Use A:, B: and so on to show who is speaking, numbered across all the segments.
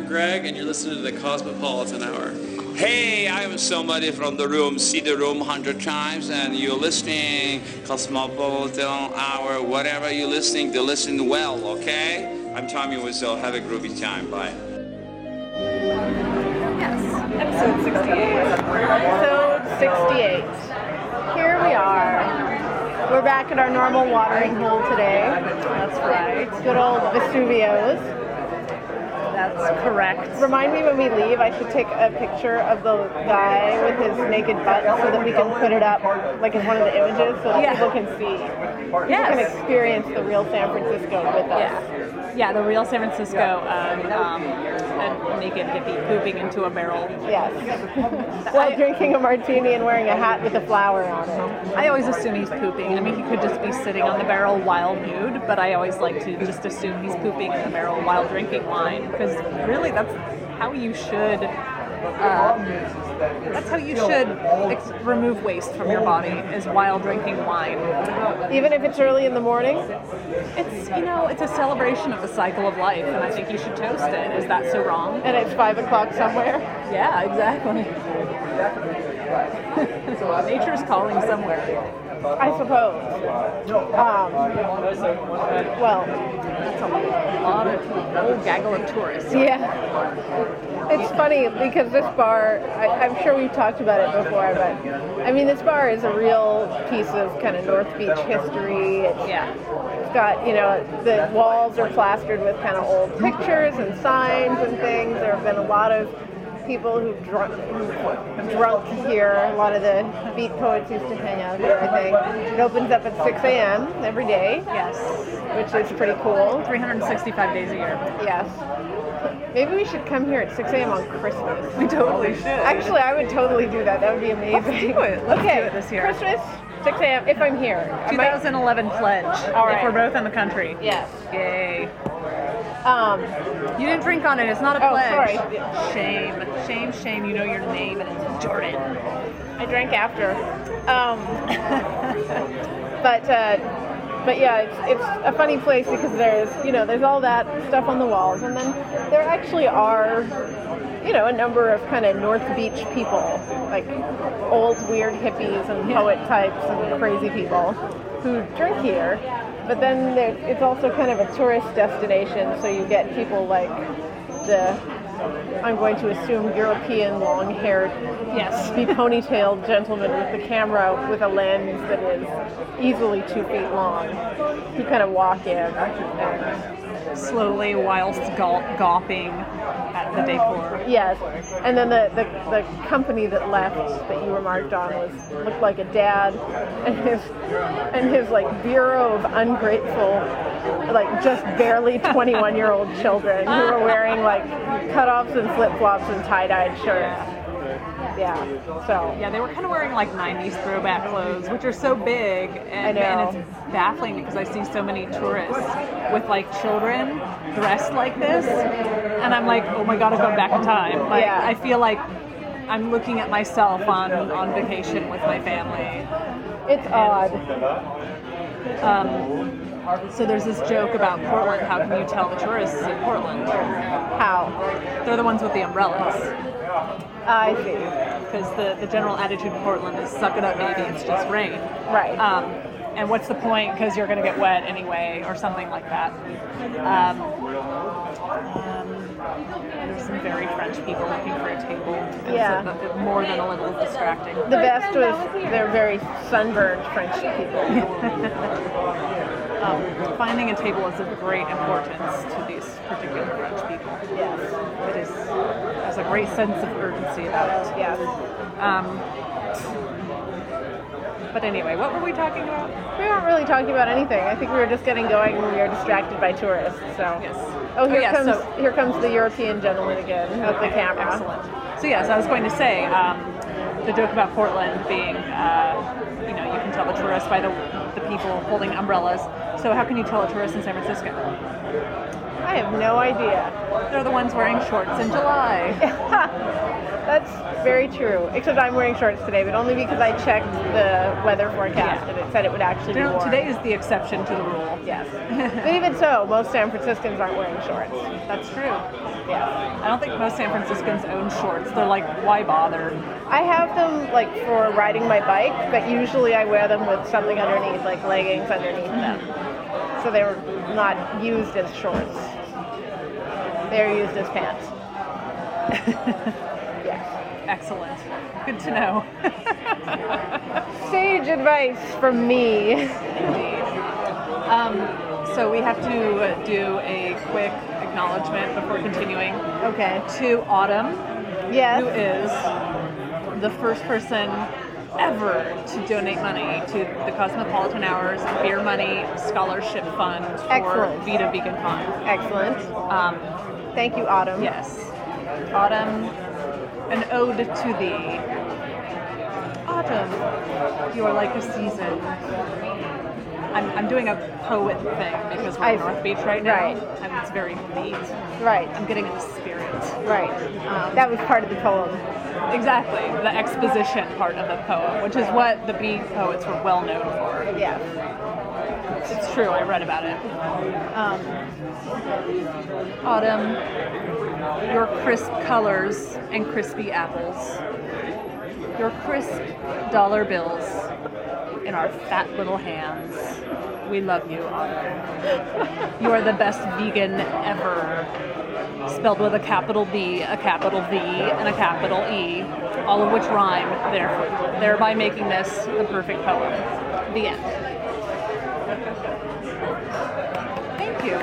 A: listening to the Cosmopolitan Hour.
B: Hey, I'm somebody from the room. See the room hundred times, and you're listening. Cosmopolitan hour, whatever you're listening to, listen well, okay? I'm Tommy Wiseau. Have a groovy time. Bye.
C: Yes, episode 68. Episode 68. Here we are. We're back at our normal watering hole today. That's right. Good old Vesuvios. That's correct. Remind me when we leave, I should take a picture of the guy with his naked butt so that we can put it up like in one of the images so that
D: Yeah.
C: people can see. People can
D: Yes.
C: experience the real San Francisco with us.
D: Yeah, yeah, the real San Francisco of um, a naked hippie pooping into a barrel.
C: Yes. While drinking a martini and wearing a hat with a flower on it.
D: I always assume he's pooping. I mean, he could just be sitting on the barrel while nude, but I always like to just assume he's pooping in the barrel while drinking wine because really, that's how you should. Um, that's how you should ex- remove waste from your body is while drinking wine.
C: Even if it's early in the morning,
D: It's you know it's a celebration of the cycle of life, and I think you should toast it. Is that so wrong?
C: and it's five o'clock somewhere.
D: Yeah, exactly. Nature's calling somewhere.
C: I suppose. Um, well,
D: A lot of a whole gaggle of tourists.
C: yeah. It's funny because this bar, I, I'm sure we've talked about it before, but I mean, this bar is a real piece of kind of North Beach history. It's
D: Yeah.
C: It's got, you know, the walls are plastered with kind of old pictures and signs and things. There have been a lot of people who've drunk, who've drunk here. A lot of the beat poets used to hang out here, I think. It opens up at 6 a.m. every day,
D: Yes.
C: which is pretty cool.
D: 365 days a year.
C: Yes. Maybe we should come here at 6 a.m. on Christmas.
D: We totally should.
C: Actually, I would totally do that. That would be amazing.
D: Let's do it. Let's
C: okay.
D: do it this year.
C: Christmas, 6 a.m. if I'm here. I might-
D: 2011 pledge.
C: All right.
D: If we're both in the country.
C: Yes.
D: Yay.
C: Um,
D: You didn't drink on it. It's not a
C: Oh,
D: pledge.
C: sorry.
D: Shame. Shame, shame. You know your name and it's Jordan.
C: I drank after. Um, but uh, but yeah, it's, it's a funny place because there's you know there's all that stuff on the walls, and then there actually are you know a number of kind of North Beach people, like old weird hippies and poet types and crazy people who drink here. But then there, it's also kind of a tourist destination, so you get people like the I'm going to assume European long-haired
D: Yes.
C: the ponytailed gentleman with the camera with a lens that is easily two feet long. You kind of walk in. And,
D: Slowly, whilst gul- gawping at the decor.
C: yes. And then the, the, the company that left that you remarked on was looked like a dad and his and his like bureau of ungrateful like just barely 21 year old children who were wearing like cutoffs and flip flops and tie dyed shirts. Yeah. So
D: Yeah, they were kind of wearing like 90s throwback clothes, which are so big. And,
C: I know.
D: and it's baffling because I see so many tourists with like children dressed like this. And I'm like, oh my God, I've gone back in time. Like,
C: Yeah.
D: I feel like I'm looking at myself on, on vacation with my family.
C: it's odd.
D: Um, so there's this joke about Portland. How can you tell the tourists in Portland?
C: How?
D: They're the ones with the umbrellas.
C: I see.
D: Because the, the general attitude in Portland is suck it up, baby, it's just rain.
C: Right.
D: um, and what's the point because you're going to get wet anyway or something like that um, um, there's some very french people looking for a table and
C: Yeah.
D: so that- more than a little distracting
C: The best was they're very sunburned French people.
D: um, finding a table is of great importance to these particular french people
C: Yes.
D: it is there's a great sense of urgency about it
C: Yes.
D: um, but anyway what were we talking about
C: We weren't really talking about anything. I think we were just getting going when we were distracted by tourists. So.
D: yes
C: Oh, here
D: yeah,
C: comes
D: so-
C: here comes the European gentleman again with the camera.
D: Excellent. So yes, I was going to say um, the joke about Portland being, uh, you know, you can tell the tourists by the, the people holding umbrellas. So how can you tell a tourist in San Francisco?
C: I have no idea.
D: They're the ones wearing shorts in July.
C: That's very true. Except I'm wearing shorts today, but only because I checked the weather forecast
D: Yeah.
C: and it said it would actually be
D: No,
C: warm.
D: today is the exception to the rule.
C: yes. but even so, most San Franciscans aren't wearing shorts. That's
D: True.
C: yes.
D: I don't think most San Franciscans own shorts. They're like, why bother?
C: I have them like for riding my bike, but usually I wear them with something underneath, like leggings underneath them, so they're not used as shorts. They're used as pants. yes.
D: Excellent. Good to know.
C: Sage advice from me.
D: Indeed. Um, so we have to uh, do a quick acknowledgement before continuing
C: Okay.
D: to Autumn, who
C: Yes.
D: is the first person ever to donate money to the Cosmopolitan Hours Beer Money Scholarship Fund for
C: Excellent.
D: Vita Vegan Con.
C: Excellent.
D: Um,
C: Thank you, Autumn.
D: Yes. Autumn, an ode to thee. Autumn, you are like a season. I'm, I'm doing a poet thing because we're
C: I-
D: in North Beach right now.
C: right.
D: And it's very neat.
C: Right.
D: I'm getting in the spirit.
C: Right. that was part of the poem.
D: Exactly. The exposition part of the poem, which is what the bee poets were well known for.
C: Yes.
D: It's true, I read about it.
C: Um,
D: Autumn, your crisp colors and crispy apples, your crisp dollar bills in our fat little hands. We love you, Autumn. You are the best vegan ever. Spelled with a capital B, a capital V, and a capital E, all of which rhyme, therefore, thereby making this the perfect poem. The end. Thank you.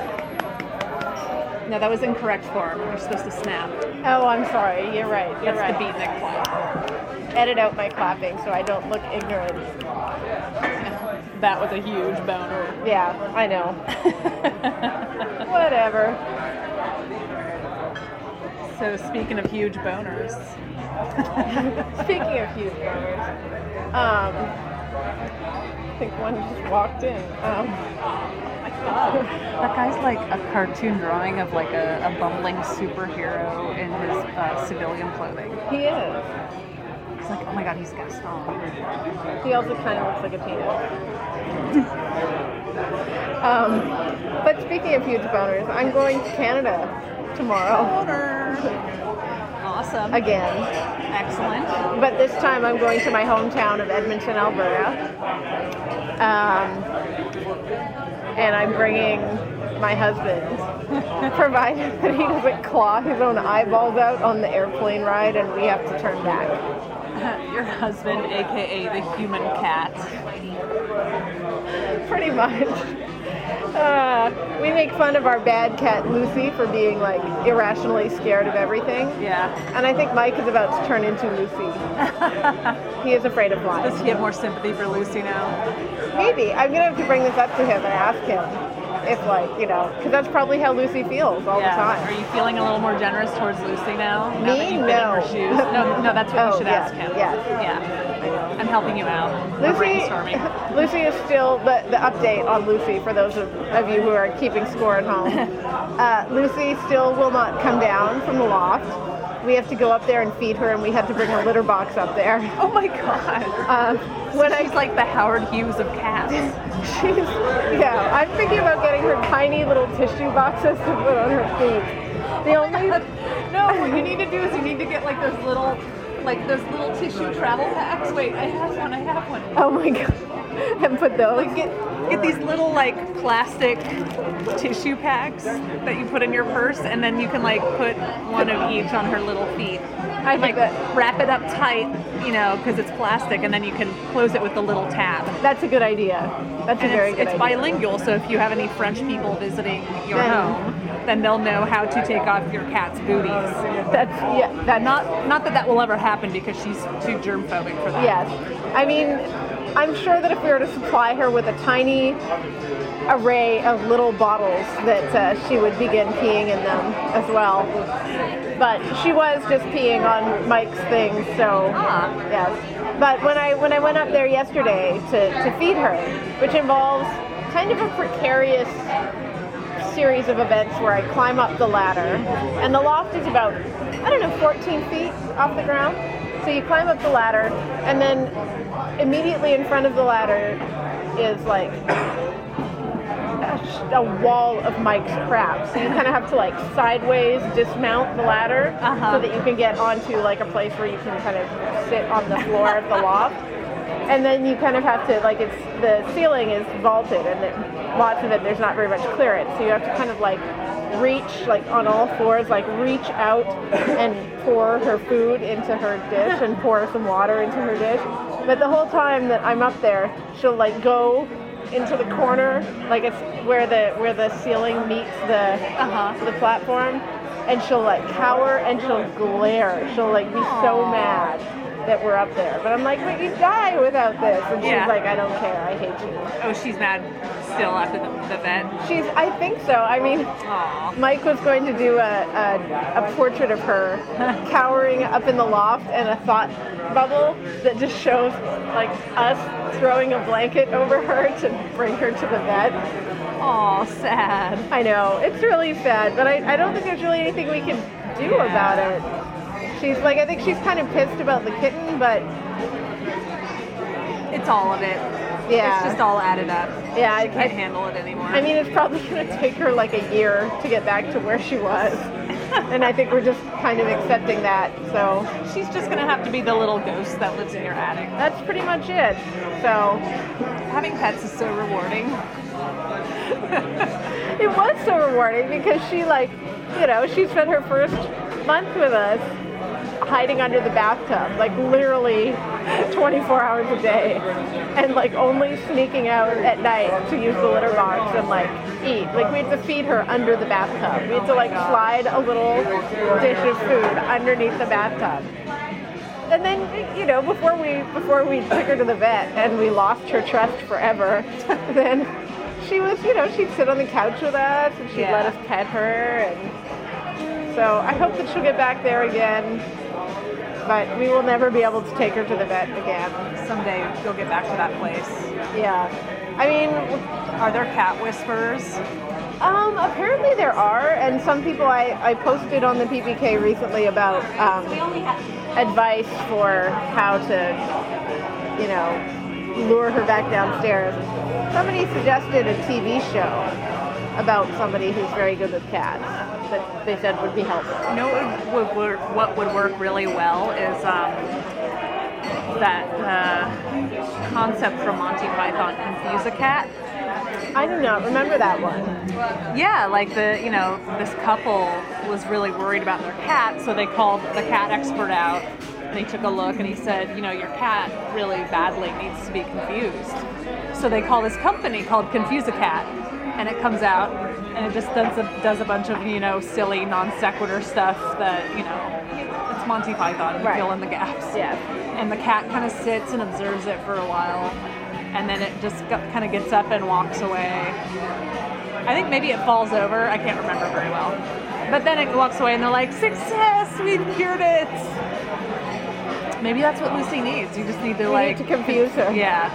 D: No, that was incorrect form. You're supposed to snap.
C: oh, I'm sorry. You're right. You're
D: That's
C: right.
D: the beatnik clap.
C: Edit out my clapping so I don't look ignorant.
D: That was a huge boner.
C: Yeah, I know. Whatever.
D: So speaking of huge boners,
C: Speaking of huge boners, um, I think one just walked in. Um,
D: that guy's like a cartoon drawing of like a, a bumbling superhero in his uh, civilian clothing.
C: he is.
D: It's like, oh my god, he's got a song.
C: He also kind of looks like a penis. um, but speaking of huge boners, I'm going to Canada tomorrow
D: Boner. Awesome.
C: again.
D: Excellent.
C: But this time I'm going to my hometown of Edmonton, Alberta. Um, and I'm bringing my husband, provided that he doesn't claw his own eyeballs out on the airplane ride and we have to turn back.
D: Your husband, aka the human cat.
C: Pretty much. Uh, we make fun of our bad cat Lucy for being like irrationally scared of everything.
D: Yeah.
C: And I think Mike is about to turn into Lucy. he is afraid of
D: Does
C: flies.
D: he have more sympathy for Lucy now?
C: Maybe. I'm going to have to bring this up to him and ask him if, like, you know, because that's probably how Lucy feels all
D: yeah.
C: the time.
D: Are you feeling a little more generous towards Lucy now? now
C: Me?
D: that you've been in her
C: No.
D: shoes? No, no, that's what
C: Oh,
D: you should
C: yeah,
D: ask him.
C: yes.
D: Yeah. I'm helping you out. We're brainstorming.
C: Lucy, Lucy is still the, the update on Lucy for those of, of you who are keeping score at home. Uh, Lucy still will not come down from the loft. We have to go up there and feed her, and we had to bring a litter box up there.
D: Oh my god.
C: Um,
D: When she's like the Howard Hughes of cats.
C: She's, yeah, I'm thinking about getting her tiny little tissue boxes to put on her feet.
D: Oh
C: The only
D: no, what you need to do is you need to get like those little like those little tissue travel packs. Wait, I have one, I have one.
C: Oh my god. And put those.
D: Like get get these little like plastic tissue packs that you put in your purse and then you can like put one of each on her little feet.
C: I
D: like
C: think that
D: wrap it up tight, you know, because it's plastic, and then you can close it with the little tab.
C: that's a good idea. That's a
D: And
C: very
D: it's,
C: good
D: it's
C: idea.
D: bilingual, so if you have any French people visiting your
C: Then-
D: home, then they'll know how to take off your cat's booties.
C: that's yeah. That's
D: Not not that that will ever happen because she's too germ phobic for that.
C: yes. I mean, I'm sure that if we were to supply her with a tiny array of little bottles, that uh, she would begin peeing in them as well. But she was just peeing on Mike's thing, so
D: Ah.
C: yes. But when I when I went up there yesterday to, to feed her, which involves kind of a precarious series of events where I climb up the ladder, and the loft is about, I don't know, 14 feet off the ground. So you climb up the ladder, and then immediately in front of the ladder is like a, sh- a wall of Mike's crap. So you kind of have to like sideways dismount the ladder
D: Uh-huh.
C: so that you can get onto like a place where you can kind of sit on the floor of the loft. And then you kind of have to like it's the ceiling is vaulted and there, lots of it there's not very much clearance, so you have to kind of like reach like on all fours, like reach out and pour her food into her dish and pour some water into her dish. But the whole time that I'm up there, she'll like go into the corner, like it's where the where the ceiling meets the
D: Uh-huh.
C: the platform, and she'll like cower and she'll glare. She'll like be so
D: Aw.
C: mad that we're up there. But I'm like, but you die without this, and she's
D: Yeah.
C: like, I don't care, I hate you.
D: Oh, she's mad still after the, the event.
C: She's, I think so. I mean,
D: Aw.
C: Mike was going to do a, a, a portrait of her cowering up in the loft and a thought bubble that just shows like us throwing a blanket over her to bring her to the bed.
D: Aw, sad.
C: I know it's really sad, but I, I don't think there's really anything we can do
D: Yeah.
C: about it. She's like, I think she's kind of pissed about the kitten, but
D: It's all of it.
C: Yeah.
D: It's just all added up.
C: Yeah,
D: She
C: I-
D: can't handle it anymore.
C: I mean, it's probably going to take her like a year to get back to where she was. and I think we're just kind of accepting that. So
D: she's just gonna have to be the little ghost that lives in your attic.
C: that's pretty much it. So
D: Having pets is so rewarding.
C: it was so rewarding because she like, you know, she spent her first month with us hiding under the bathtub, like literally 24 hours a day, and like only sneaking out at night to use the litter box and like eat. Like we had to feed her under the bathtub. We had to like slide a little dish of food underneath the bathtub. And then, you know, before we before we took her to the vet and we lost her trust forever, then she was, you know, she'd sit on the couch with us and she'd
D: Yeah.
C: let us pet her and so I hope that she'll get back there again. But we will never be able to take her to the vet again.
D: Someday you'll get back to that place.
C: Yeah. I mean,
D: Are there cat whisperers?
C: um, apparently there are, and some people I, I posted on the PPK recently about um, advice for how to, you know, lure her back downstairs. Somebody suggested a TV show about somebody who's very good with cats that they said would be helpful.
D: You know what would, would work, what would work really well is um, that uh, concept from Monty Python, confuse a cat.
C: I do not remember that one.
D: Yeah, like the you know this couple was really worried about their cat, so they called the cat expert out. And he took a look and he said, you know, your cat really badly needs to be confused. So they call this company called Confuse a Cat, and it comes out and it just does a, does a bunch of you know silly non sequitur stuff that you know it's Monty Python
C: Right.
D: fill in the gaps.
C: Yeah.
D: And the cat kind of sits and observes it for a while, and then it just kind of gets up and walks away. I think maybe it falls over. I can't remember very well. But then it walks away and they're like, success, we've cured it. Maybe that's what Lucy needs. You just need to
C: We
D: like,
C: need to confuse her.
D: yeah,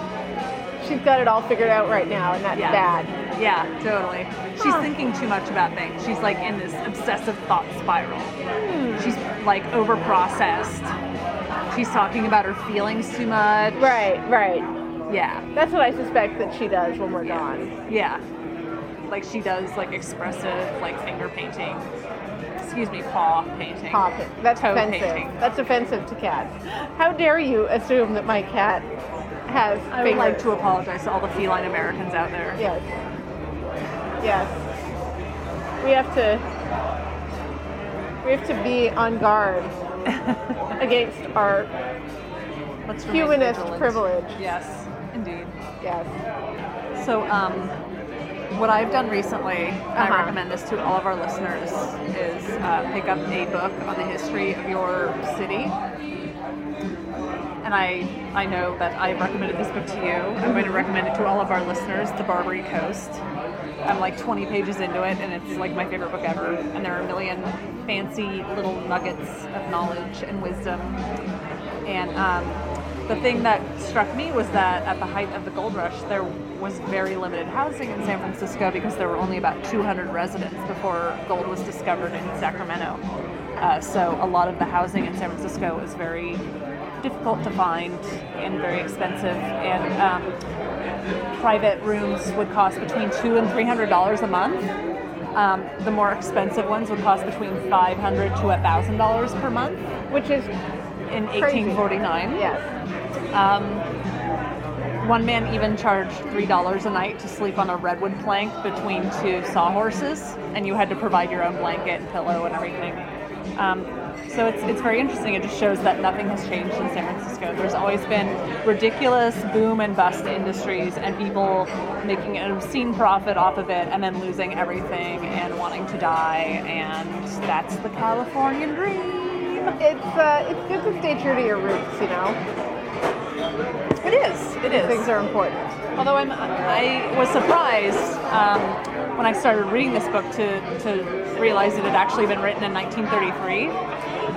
C: She's got it all figured out right now, and that's
D: yeah,
C: bad.
D: yeah, totally. She's
C: Huh.
D: thinking too much about things. She's like in this obsessive thought spiral.
C: Hmm.
D: She's like over processed. She's talking about her feelings too much.
C: Right, right.
D: Yeah.
C: That's what I suspect that she does when we're
D: Yeah.
C: gone.
D: Yeah. Like she does like expressive like finger painting. Excuse me, paw painting.
C: Paw pa- That's
D: Toe
C: offensive.
D: painting.
C: That's offensive to cats. How dare you assume that my cat has
D: I would
C: fingers?
D: like to apologize to all the feline Americans out there.
C: Yes. Yes. We have to. We have to be on guard against our.
D: Let's remain
C: Humanist
D: vigilant.
C: privilege.
D: Yes, indeed.
C: Yes.
D: So, um, what I've done recently, and
C: Uh-huh.
D: I recommend this to all of our listeners, is uh, pick up a book on the history of your city. And I, I know that I recommended this book to you. I'm going to recommend it to all of our listeners, The Barbary Coast. I'm like 20 pages into it, and it's like my favorite book ever. And there are a million fancy little nuggets of knowledge and wisdom and um, the thing that struck me was that at the height of the gold rush, there was very limited housing in San Francisco because there were only about 200 residents before gold was discovered in Sacramento. Uh, so a lot of the housing in San Francisco was very difficult to find and very expensive. And um, private rooms would cost between two and three hundred dollars a month. Um, the more expensive ones would cost between five hundred to thousand dollars per month
C: which is
D: in
C: Crazy.
D: 1849.
C: yes.
D: One man even charged $3 a night to sleep on a redwood plank between two sawhorses, and you had to provide your own blanket and pillow and everything. Um, so it's, it's very interesting. It just shows that nothing has changed in San Francisco. There's always been ridiculous boom and bust industries and people making an obscene profit off of it and then losing everything and wanting to die. And that's the Californian dream.
C: It's uh, it's good to stay true to your roots, you know.
D: It is. It is.
C: Things are important.
D: Although I'm, I was surprised um, when I started reading this book to, to realize that it had actually been written in 1933.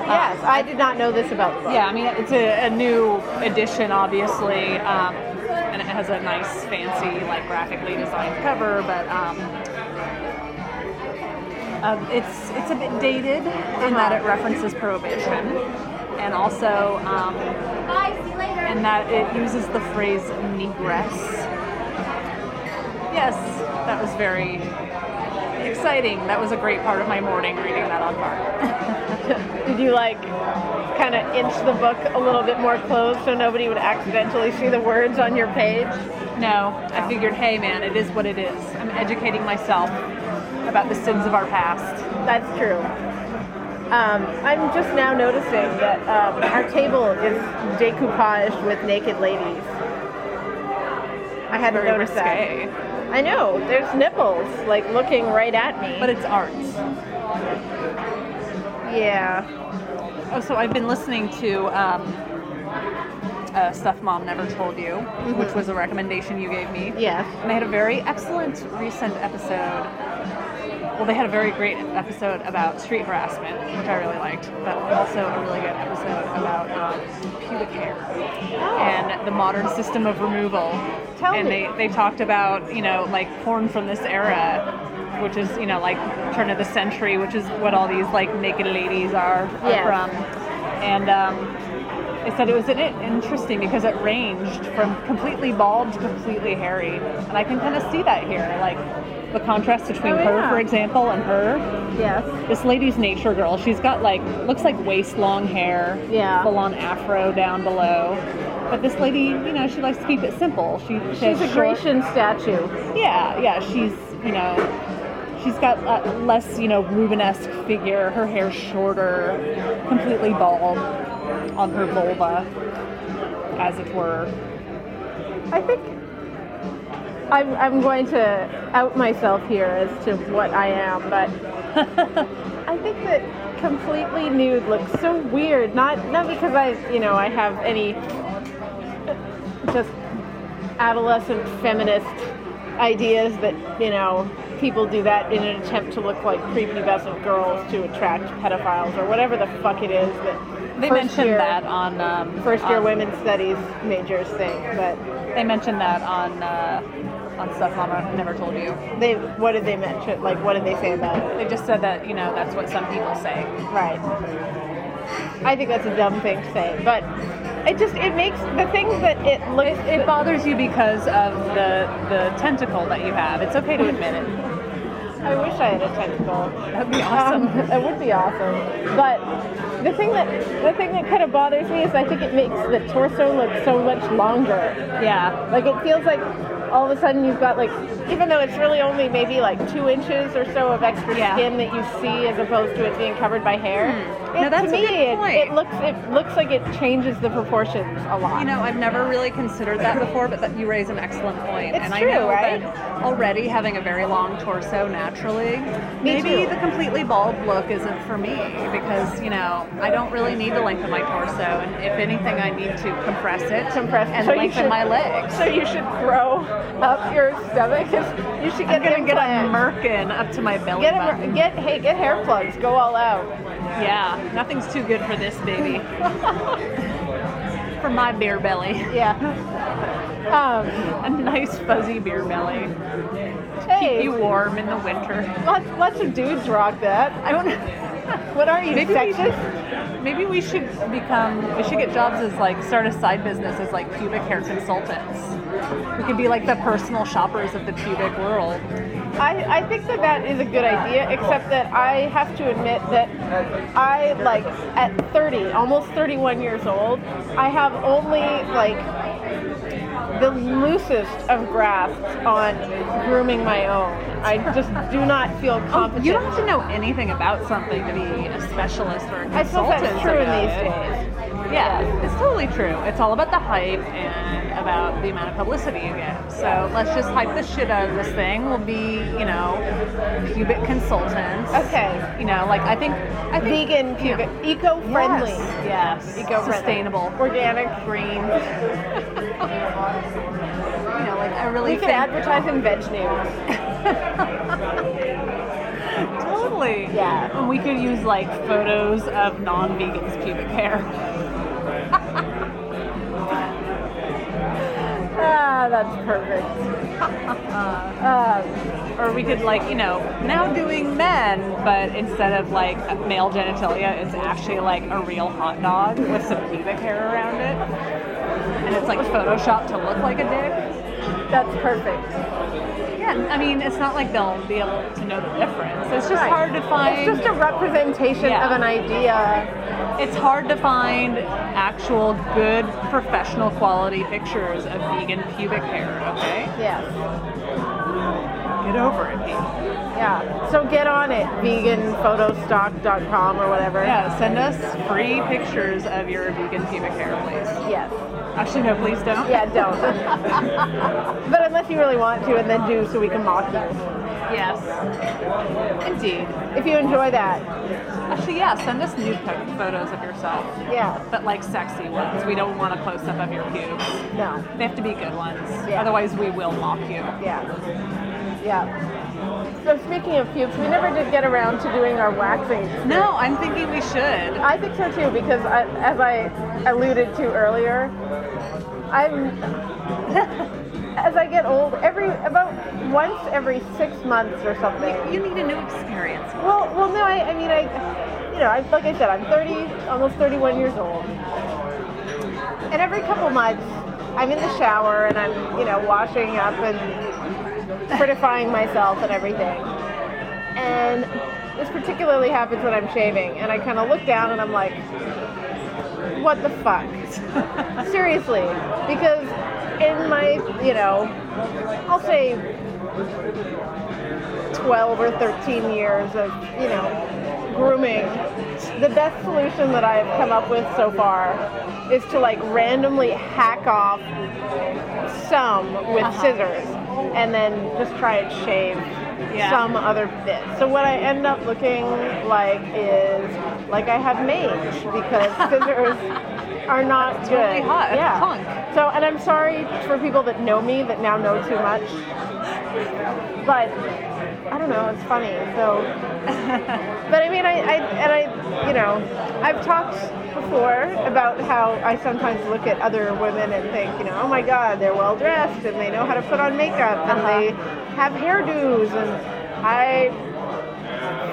C: Yes, I did not know this about the book.
D: Yeah, I mean, it's a, a new edition, obviously, um, and it has a nice, fancy, like graphically designed cover, but. Um, um, it's it's a bit dated in that it references prohibition, and also um,
E: Bye, see you later.
D: and that it uses the phrase negress. Yes, that was very exciting. That was a great part of my morning reading that on Mark.
C: Did you like kind of inch the book a little bit more closed so nobody would accidentally see the words on your page?
D: No, I figured, hey man, it is what it is. I'm educating myself about the sins of our past.
C: That's true. Um, I'm just now noticing that um, our table is decoupaged with naked ladies. I hadn't
D: Very
C: noticed
D: risque.
C: that. I know. There's nipples like looking right at me.
D: But it's art.
C: yeah.
D: Oh, so I've been listening to um, uh, Stuff Mom Never Told You, which was a recommendation you gave me.
C: Yes.
D: And they had a very excellent recent episode. Well, they had a very great episode about street harassment, which I really liked, but also a really good episode about um, pubic hair and the modern system of removal.
C: Oh. Tell
D: and
C: me.
D: They, they talked about, you know, like porn from this era, which is, you know, like turn of the century, which is what all these like naked ladies are, are
C: Yes.
D: from. And um, they said it was in- interesting because it ranged from completely bald to completely hairy. And I can kind of see that here. Like the contrast between
C: Oh,
D: her,
C: yeah.
D: for example, and her.
C: Yes.
D: This lady's nature girl, she's got like, looks like waist long hair,
C: Yeah.
D: full on afro down below. But this lady, you know, she likes to keep it simple. She, she has
C: She's a
D: short-
C: Grecian statue.
D: yeah, yeah, she's, you know, she's got a less, you know, Rubenesque figure. Her hair's shorter, completely bald on her vulva, as it were.
C: I think I'm, I'm going to out myself here as to what I am, but I think that completely nude looks so weird. Not not because I you know I have any just adolescent feminist ideas that you know people do that in an attempt to look like prepubescent girls to attract pedophiles or whatever the fuck it is that
D: They
C: first
D: mentioned
C: year-
D: that on um,
C: first year
D: on-
C: women's studies majors thing, but.
D: They mentioned that on uh, on stuff Mama never told you.
C: They what did they mention? Like what did they say about it?
D: They just said that you know that's what some people say.
C: Right. I think that's a dumb thing to say, but it just it makes the thing that it looks
D: It bothers you because of the the tentacle that you have. It's okay to admit it.
C: I wish I had a tentacle.
D: That'd be awesome.
C: Um, that would be awesome. But the thing that the thing that kind of bothers me is I think it makes the torso look so much longer.
D: yeah.
C: Like it feels like all of a sudden you've got like even though it's really only maybe like two inches or so of extra
D: Yeah. Hmm.
C: skin that you see as opposed to it being covered by hair. It,
D: Now that's
C: to
D: a
C: me
D: good
C: it-
D: point.
C: It, looks it looks like it changes the proportions a lot.
D: You know, I've never really considered that before, but that you raise an excellent point.
C: It's
D: and
C: true,
D: I know
C: right?
D: that already having a very long torso naturally,
C: Me
D: maybe
C: too.
D: the completely bald look isn't for me because, you know, I don't really need the length of my torso. And if anything, I need to compress it
C: Compress-
D: and
C: so you
D: lengthen
C: should-
D: my legs.
C: So you should grow up your stomach. You should
D: I'm
C: get
D: gonna get a
C: implants.
D: merkin up to my belly
C: Get a
D: button.
C: mer- get hey get hair plugs. Go all out.
D: yeah, nothing's too good for this baby. for my beer belly,
C: Yeah. Um,
D: a nice fuzzy beer belly.
C: hey,
D: Keep you warm in the winter.
C: lots, lots of dudes rock that.
D: I don't.
C: What are you
D: Maybe we
C: sexist?
D: Maybe we should become. We should get jobs as like start a side business as like pubic hair consultants. We could be like the personal shoppers of the pubic world.
C: Oh, I, I think that that is a good idea, except that I have to admit that I, like, at 30, almost 31 years old, I have only, like, the loosest of grasps on grooming my own. I just do not feel
D: Oh,
C: competent.
D: you don't have to know anything about something to be a specialist or a consultant.
C: I suppose that's true in
D: about
C: these
D: it.
C: days.
D: Yeah, it's totally true. It's all about the hype and about the amount of publicity you get. So let's just hype the shit out of this thing. We'll be, you know, pubic consultants.
C: Okay.
D: You know, like I think I think
C: Vegan,
D: you know,
C: pubic, eco-friendly.
D: Yes. yes.
C: Eco-friendly.
D: Sustainable.
C: Organic, green.
D: You know, like I really
C: We can
D: think-
C: advertise in Veg Neighbors.
D: Totally.
C: Yeah.
D: And we could use like photos of non-vegans' pubic hair.
C: Ah, that's perfect.
D: Or we could like, you know, now doing men, but instead of like male genitalia, it's actually like a real hot dog with some pubic hair around it. And it's like photoshopped to look like a dick.
C: That's perfect.
D: Yeah, I mean, it's not like they'll be able to know the difference. It's just
C: Right.
D: hard to find.
C: It's just a representation
D: Yeah.
C: of an idea.
D: It's hard to find actual good professional quality pictures of vegan pubic hair, okay?
C: Yes.
D: Get over it, people.
C: Yeah. So get on it, veganphotostock.com or whatever.
D: Yeah, send us free pictures of your vegan pubic hair, please.
C: Yes.
D: Actually, no, please don't.
C: Yeah, don't. but unless you really want to, and then do so we can mock you.
D: Yes. Indeed.
C: If you enjoy that.
D: Actually, yeah, send us nude po- photos of yourself,
C: Yeah.
D: but like sexy ones. We don't want a close up of your pubes.
C: No.
D: They have to be good ones.
C: Yeah.
D: Otherwise, we will mock you.
C: Yeah. Yeah. So speaking of pubes, we never did get around to doing our waxing.
D: No, I'm thinking we should.
C: I think so too because I, as I alluded to earlier, I'm as I get old, every about once every six months or something.
D: You need a new experience.
C: Well, well, no, I, I mean, I, you know, I, like I said, I'm 30, almost 31 years old. And every couple months, I'm in the shower and I'm, you know, washing up and fortifying myself and everything. And this particularly happens when I'm shaving. And I kind of look down and I'm like, what the fuck? Seriously. Because in my, you know, I'll say 12 or 13 years of, you know, grooming, the best solution that I've come up with so far is to like randomly hack off some with scissors and then just try and shave
D: Yeah.
C: some other bit. So what I end up looking like is like I have mange because scissors are not good.
D: really hot. It's
C: Yeah.
D: punk.
C: So and I'm sorry for people that know me that now know too much but I don't know. It's funny. So, but I mean, I, I and I, you know, I've talked before about how I sometimes look at other women and think, you know, oh my God, they're well dressed and they know how to put on makeup and
D: Uh-huh.
C: they have hairdos and I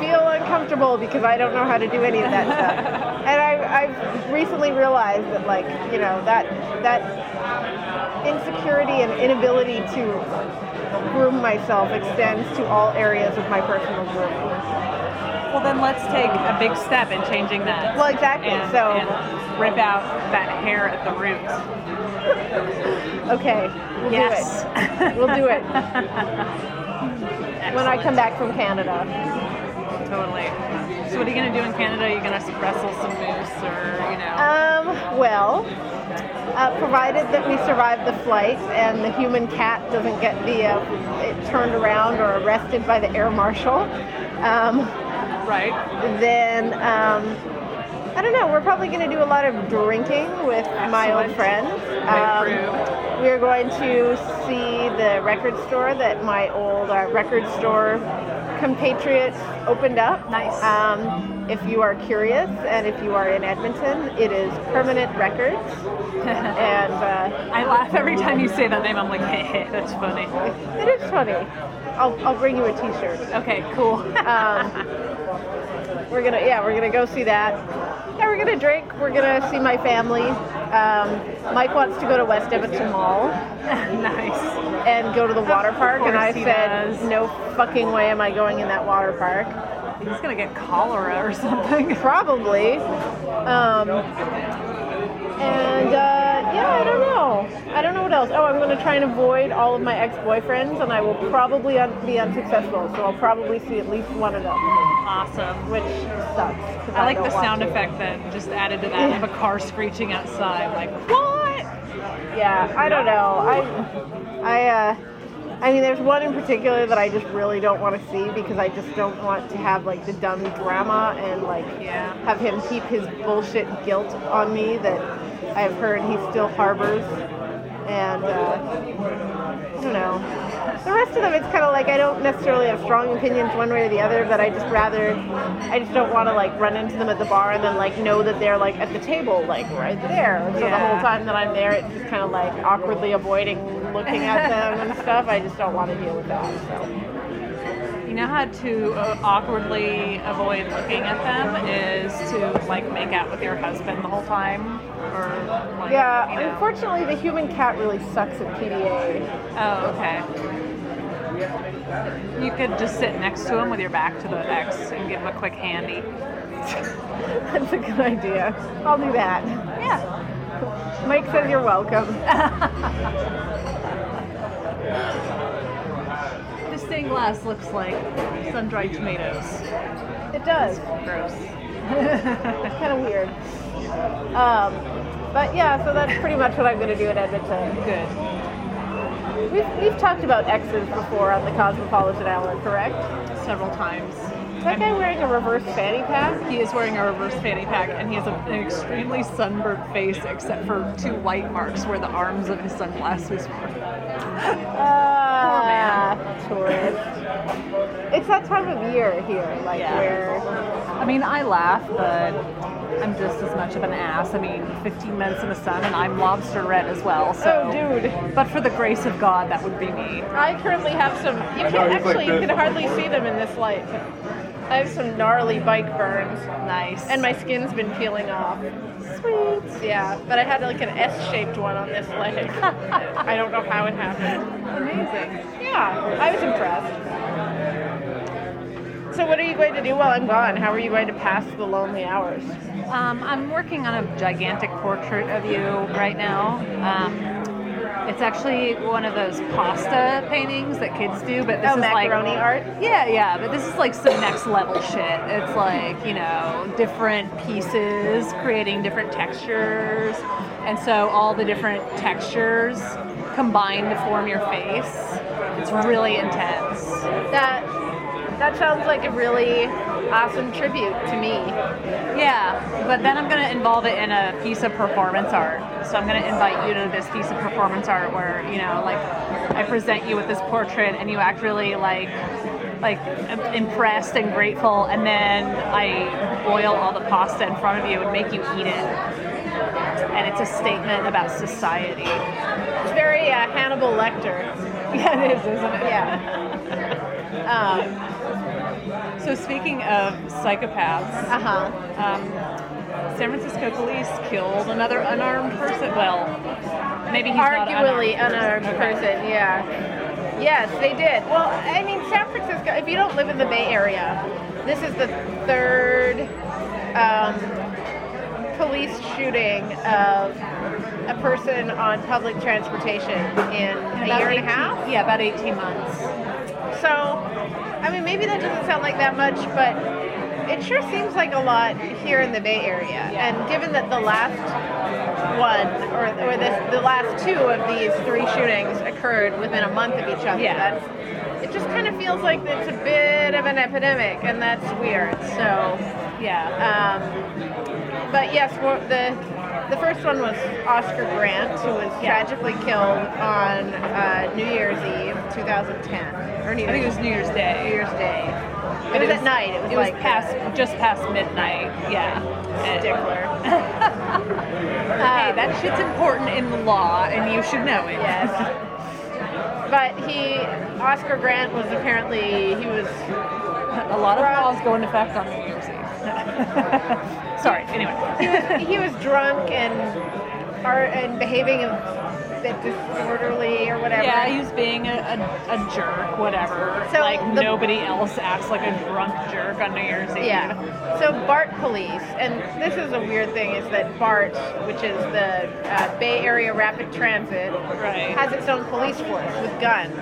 C: feel uncomfortable because I don't know how to do any of that stuff. And I, I've recently realized that, like, you know, that that insecurity and inability to groom myself extends to all areas of my personal grooming.
D: Well, then let's take a big step in changing that.
C: Well, exactly,
D: And,
C: so-
D: and rip out that hair at the root.
C: Okay, we'll
D: Yes.
C: do it. We'll do it when I come back from Canada.
D: Excellent. Totally. So, what are you gonna do in Canada? Are you gonna wrestle some moose, or you know?
C: Um, well, uh, provided that we survive the flight and the human cat doesn't get the uh, it turned around or arrested by the air marshal, um,
D: right.
C: then um, I don't know. We're probably going to do a lot of drinking with my old
D: Excellent.
C: friends. Um,
D: Great
C: we are going to see the record store that my old uh, record store compatriot opened up.
D: Nice.
C: Um, if you are curious and if you are in Edmonton, it is Permanent Records. and uh,
D: I laugh every time you say that name. I'm like, hey, hey that's funny.
C: it is funny. I'll, I'll bring you a T-shirt.
D: Okay, cool.
C: Um, we're gonna, yeah, we're gonna go see that. Yeah, we're gonna drink. We're gonna see my family. Um, Mike wants to go to West Edmonton Mall
D: nice.
C: and go to the water park, and I
D: course he
C: said,
D: does.
C: no fucking way am I going in that water park.
D: He's gonna get cholera or something.
C: Probably. Um, and uh, yeah, I don't know. I don't know what else. Oh, I'm going to try and avoid all of my ex-boyfriends, and I will probably un- be unsuccessful. So I'll probably see at least one of them,
D: Awesome.
C: which sucks. 'cause
D: I like
C: don't
D: the
C: want
D: sound
C: to.
D: effect that just added to that of a car screeching outside. Like what?
C: Yeah, I don't know. I, I, uh, I mean, there's one in particular that I just really don't want to see because I just don't want to have like the dumb drama and like
D: Yeah.
C: have him keep his bullshit guilt on me that I've heard he still harbors. And uh, I don't know. The rest of them, it's kind of like I don't necessarily have strong opinions one way or the other, but I just rather, I just don't want to like run into them at the bar and then like know that they're like at the table, like right there. And so the
D: Yeah.
C: whole time that I'm there, it's just kind of like awkwardly avoiding looking at them and stuff. I just don't want to deal with that. So
D: You know how to uh, awkwardly avoid looking at them is to like make out with your husband the whole time, or like,
C: yeah,
D: you know.
C: unfortunately, the human cat really sucks at PDA.
D: Oh, okay. You could just sit next to him with your back to the ex and give him a quick handy.
C: That's a good idea. I'll do that.
D: Yeah.
C: Mike says you're welcome.
D: This stained glass looks like sun-dried tomatoes.
C: It does.
D: Gross.
C: kind of weird. Um, but yeah, so that's pretty much what I'm going to do at Edmonton.
D: Good.
C: We've, we've talked about exes before on the Cosmopolitan Hour, correct?
D: Several times.
C: Is that guy wearing a reverse fanny pack?
D: He is wearing a reverse fanny pack and he has a, an extremely sunburnt face except for two white marks where the arms of his sunglasses were.
C: Ah,
D: man.
C: tourist. It's that time of year here, like
D: Yeah.
C: where
D: I mean, I laugh, but I'm just as much of an ass. I mean, 15 minutes in the sun and I'm lobster red as well. So,
C: Oh, dude.
D: But for the grace of God, that would be me.
C: I currently have some. You
E: I
C: can
E: know,
C: not
E: he's like
C: actually you
E: this.
C: can hardly see them in this light. I have some gnarly bike burns,
D: Nice.
C: and my skin's been peeling off. Sweet. Yeah, but I had like an S-shaped one on this leg. I don't know how it happened.
D: amazing.
C: Yeah, I was impressed. So what are you going to do while I'm gone? How are you going to pass the lonely hours?
D: Um, I'm working on a gigantic portrait of you right now. Um, it's actually one of those pasta paintings that kids do, but this
C: oh,
D: is
C: macaroni
D: like
C: art.
D: Yeah, yeah, but this is like some next level shit. It's like, you know, different pieces creating different textures. And so all the different textures combine to form your face. It's really intense.
C: That that sounds like a really awesome tribute to me.
D: Yeah, but then I'm going to involve it in a piece of performance art. So I'm going to invite you to this piece of performance art where, you know, like I present you with this portrait and you act really like like impressed and grateful and then I boil all the pasta in front of you and make you eat it. And it's a statement about society.
C: It's very uh, Hannibal Lecter.
D: Yeah, it is, isn't it?
C: Yeah. Um,
D: So speaking of psychopaths,
C: uh huh.
D: um, San Francisco police killed another unarmed person. Well, maybe he's not
C: Arguably
D: unarmed.
C: unarmed person. Yeah. Yes, they did. Well, I mean, San Francisco. If you don't live in the Bay Area, this is the third um, police shooting of a person on public transportation in a
D: About
C: year and a
D: 18
C: half.
D: Yeah, about 18 months.
C: So, I mean, maybe that doesn't sound like that much, but it sure seems like a lot here in the Bay Area.
D: Yeah.
C: And given that the last one, or, or this, the last two of these three shootings occurred within a month of each other,
D: Yeah.
C: that's, it just kind of feels like it's a bit of an epidemic, and that's weird. So,
D: Yeah.
C: um, but yes, wo- the the first one was Oscar Grant, who was
D: Yeah.
C: tragically killed on uh, New Year's Eve, 2010, or New
D: I think it
C: Year's,
D: was New Year's Day.
C: New Year's Day. It
D: But
C: was at night. It was like
D: past, just past midnight. Yeah. And-
C: Dickler.
D: Um, Hey, that shit's important in the law, and you should know it.
C: Yes. But he, Oscar Grant was apparently he was
D: A lot of laws go into effect on New Year's Eve. Sorry. Anyway.
C: he was drunk and are and behaving a bit disorderly or whatever.
D: Yeah, he was being a, a, a jerk, whatever.
C: So
D: like
C: the-
D: nobody else acts like a drunk jerk on New Year's Eve.
C: Yeah. So BART police, and this is a weird thing, is that BART, which is the uh, Bay Area Rapid Transit,
D: Right.
C: has its own police force with guns.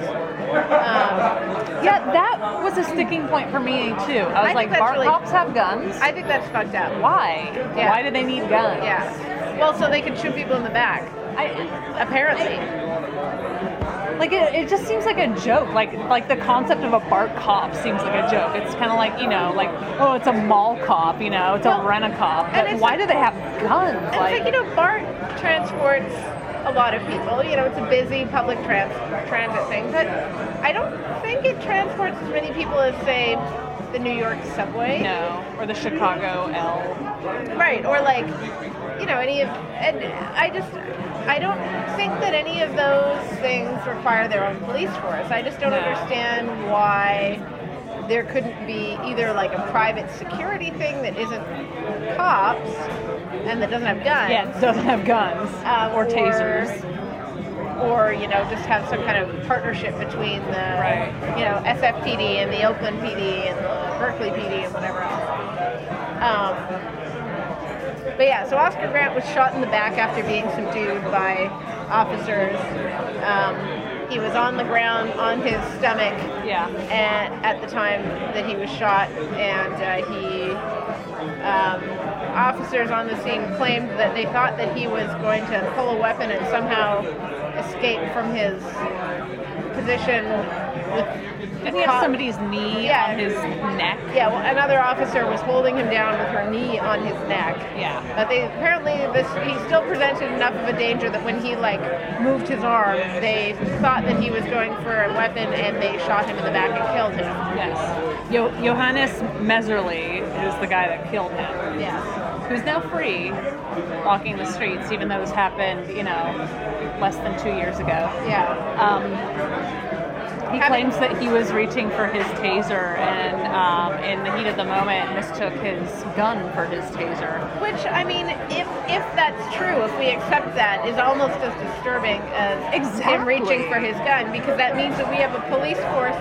D: Yeah, that was a sticking point for me too. I was
C: think
D: like,
C: that's
D: bar
C: really-
D: cops have guns.
C: I think that's fucked up.
D: Why?
C: Yeah.
D: Why do they need guns?
C: Yeah. Well, so they can shoot people in the back,
D: I,
C: apparently.
D: like it, it just seems like a joke. Like like the concept of a BART cop seems like a joke. It's kind of like you know like oh it's a mall cop you know it's
C: Well,
D: a rent a cop.
C: and
D: But
C: it's
D: why
C: like-
D: do they have guns?
C: And it's like, you know, BART transports a lot of people. You know, it's a busy public trans- transit thing, but I don't think it transports as many people as, say, the New York subway.
D: no, or the Chicago L.
C: Right, or like, you know, any of, and I just, I don't think that any of those things require their own police force. I just don't
D: No.
C: understand why there couldn't be either like a private security thing that isn't cops and that doesn't have guns.
D: Yeah, it doesn't have guns
C: um,
D: or tasers.
C: Or, you know, just have some kind of partnership between the,
D: Right.
C: you know, SFPD and the Oakland PD and the Berkeley PD and whatever else. Um, but yeah, so Oscar Grant was shot in the back after being subdued by officers. Um, he was on the ground on his stomach
D: Yeah.
C: and at the time that he was shot, and uh, he um, officers on the scene claimed that they thought that he was going to pull a weapon and somehow escape from his position with
D: Didn't he have
C: cop-
D: somebody's knee
C: Yeah.
D: on his neck?
C: yeah well, another officer was holding him down with her knee on his neck
D: Yeah.
C: but they apparently this he still presented enough of a danger that when he like moved his arm they thought that he was going for a weapon and they shot him in the back and killed him
D: Yes. Yo- Johannes Meserly is the guy that killed him,
C: yeah
D: who's now free, walking the streets, even though this happened, you know, less than two years ago.
C: Yeah.
D: Um, he
C: Having-
D: claims that he was reaching for his taser and, um, in the heat of the moment, mistook his gun for his taser.
C: Which I mean, if if that's true, if we accept that, is almost as disturbing as him
D: Exactly.
C: reaching for his gun because that means that we have a police force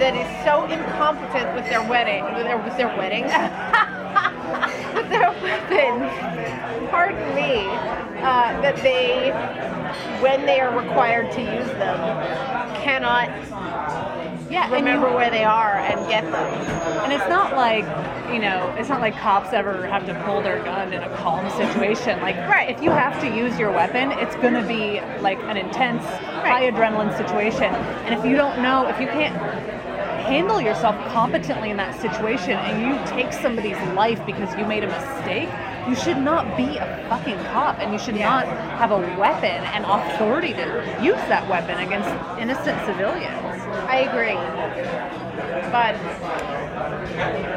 C: that is so incompetent with their wedding, with their with their wedding, with their weapons. Pardon me, uh, that they, when they are required to use them, cannot
D: Yeah, and you-
C: remember where they are and get them.
D: And it's not like, you know, it's not like cops ever have to pull their gun in a calm situation. Like,
C: Right.
D: if you have to use your weapon, it's going to be like an intense, high
C: Right.
D: adrenaline situation. And if you don't know, if you can't handle yourself competently in that situation and you take somebody's life because you made a mistake, you should not be a fucking cop and you should
C: Yeah.
D: not have a weapon and authority to use that weapon against innocent civilians.
C: I agree, but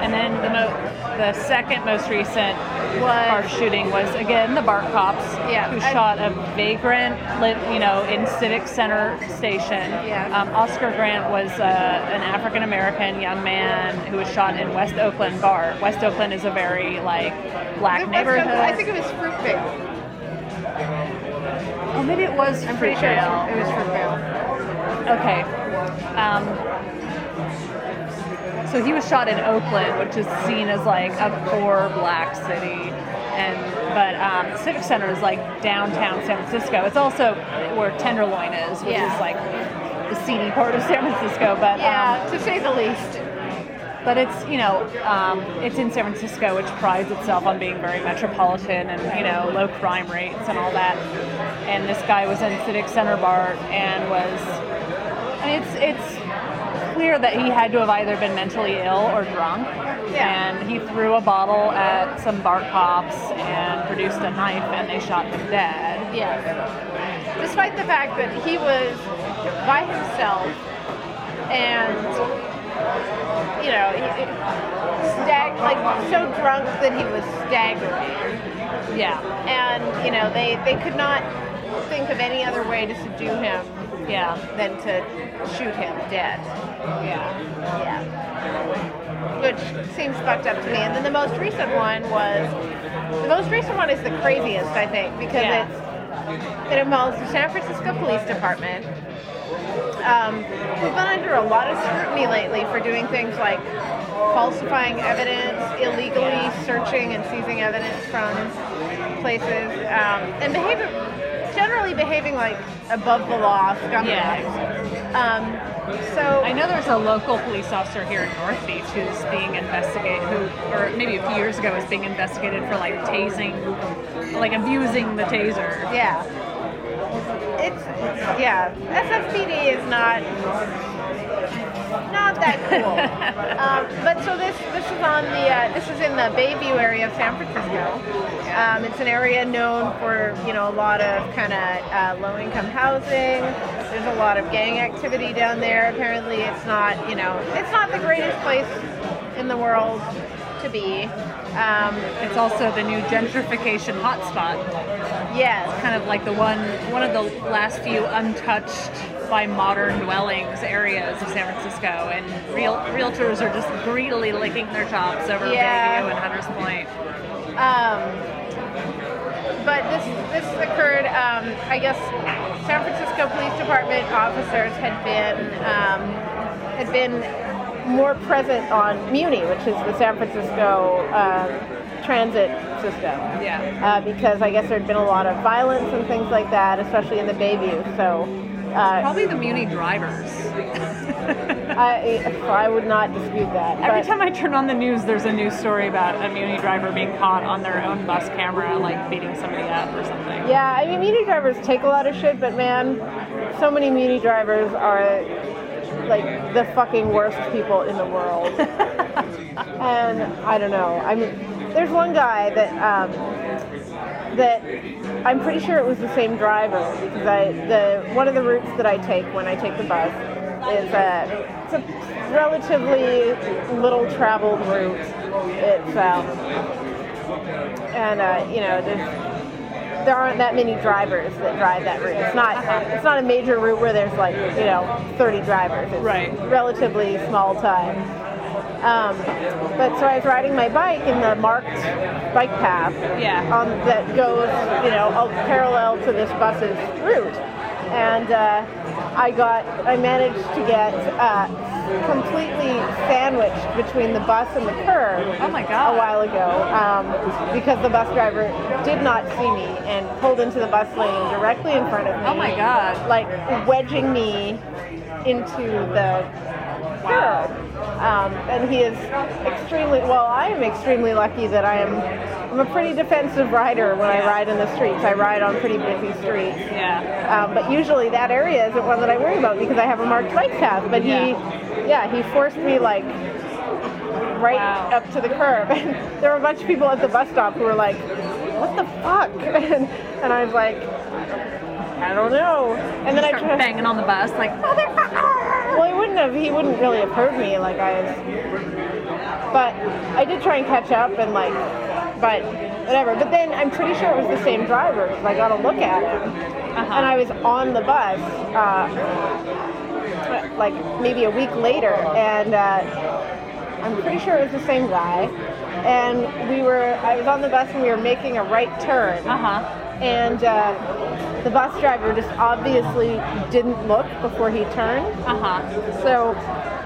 D: And then the mo- the second most recent
C: Was-
D: car shooting was again the BART cops
C: Yeah,
D: who
C: I-
D: shot a vagrant, lit, you know, in Civic Center station.
C: Yeah.
D: Um, Oscar Grant was uh, an African American young man who was shot in West Oakland bar. West Oakland is a very like black
C: It was-
D: neighborhood.
C: I think it was Fruitvale.
D: oh, maybe it was
C: I'm pretty sure it was, it was for Bill.
D: Okay. Um, so he was shot in Oakland, which is seen as like a poor black city, and but um, Civic Center is like downtown San Francisco. It's also where Tenderloin is, which
C: Yeah.
D: is like the seedy part of San Francisco. But um,
C: Yeah, to say the least.
D: but it's you know um, it's in San Francisco, which prides itself on being very metropolitan and you know low crime rates and all that. And this guy was in Civic Center bar and was. I mean, it's it's clear that he had to have either been mentally ill or drunk.
C: Yeah.
D: And he threw a bottle at some bar cops and produced a knife, and they shot him dead.
C: Yes. Despite the fact that he was by himself and you know he- stag like so drunk that he was staggering,
D: Yeah.
C: and you know they they could not think of any other way to subdue him
D: Yeah.
C: than to shoot him dead.
D: Yeah.
C: Yeah. Which seems fucked up to me. And then the most recent one was the most recent one is the craziest, I think, because
D: Yeah.
C: it's it involves the San Francisco Police Department. Um, we've been under a lot of scrutiny lately for doing things like falsifying evidence, illegally searching and seizing evidence from places, um, and behavior generally behaving like above the law scumbags. Um, so
D: I know there's a local police officer here in North Beach who's being investigated, who, or maybe a few years ago, was being investigated for like tasing, like abusing the taser.
C: Yeah. It's yeah. SFPD is not not that cool. um, but so this this is on the uh, this is in the Bayview area of San Francisco. Um, it's an area known for you know a lot of kind of uh, low income housing. There's a lot of gang activity down there. Apparently, it's not you know it's not the greatest place in the world to be. Um,
D: It's also the new gentrification hotspot,
C: yes.
D: kind of like the one, one of the last few untouched by modern dwellings areas of San Francisco, and real realtors are just greedily licking their chops over
C: Yeah.
D: Bayview and Hunters Point.
C: Um, but this this occurred. Um, I guess San Francisco Police Department officers had been um, had been more present on Muni, which is the San Francisco um, transit system.
D: Yeah.
C: Uh, because I guess there had been a lot of violence and things like that, especially in the Bayview. So. Uh,
D: Probably the Muni drivers.
C: I, I would not dispute that.
D: Every
C: but-
D: time I turn on the news, there's a news story about a Muni driver being caught on their own bus camera, like beating somebody up or something.
C: Yeah, I mean, Muni drivers take a lot of shit, but man, so many Muni drivers are like the fucking worst people in the world. and I don't know. I mean, there's one guy that um, that I'm pretty sure it was the same driver because I the one of the routes that I take when I take the bus is a it's a relatively little traveled route. It's um, and uh, you know there's there aren't that many drivers that drive that route. It's not it's not a major route where there's like you know 30 drivers. It's
D: Right.
C: Relatively small time. Um, but so I was riding my bike in the marked bike path
D: Yeah.
C: on that goes you know all parallel to this bus's route, and uh, I got I managed to get uh, completely sandwiched between the bus and the curb
D: Oh my God.
C: a while ago um, because the bus driver did not see me and pulled into the bus lane directly in front of me.
D: Oh my God.
C: Like wedging me into the curb. Um, and he is extremely well. I am extremely lucky that I am. I'm a pretty defensive rider when I ride in the streets. I ride on pretty busy streets.
D: Yeah.
C: Um, but usually that area isn't one that I worry about because I have a marked bike path. But he, yeah, he forced me like right
D: Wow.
C: up to the curb. And there were a bunch of people at the bus stop who were like, "What the fuck?" And, and I was like, "I don't know." And then I
D: Start
C: tried.
D: banging on the bus, like motherfucker.
C: Well, he wouldn't have. He wouldn't really have heard me. Like I. But I did try and catch up and like, but whatever. But then I'm pretty sure it was the same driver. 'cause I got a look at him
D: Uh-huh.
C: and I was on the bus, uh, like maybe a week later, and uh, I'm pretty sure it was the same guy. And we were, I was on the bus and we were making a right turn,
D: Uh huh.
C: and uh, the bus driver just obviously didn't look before he turned.
D: Uh huh.
C: So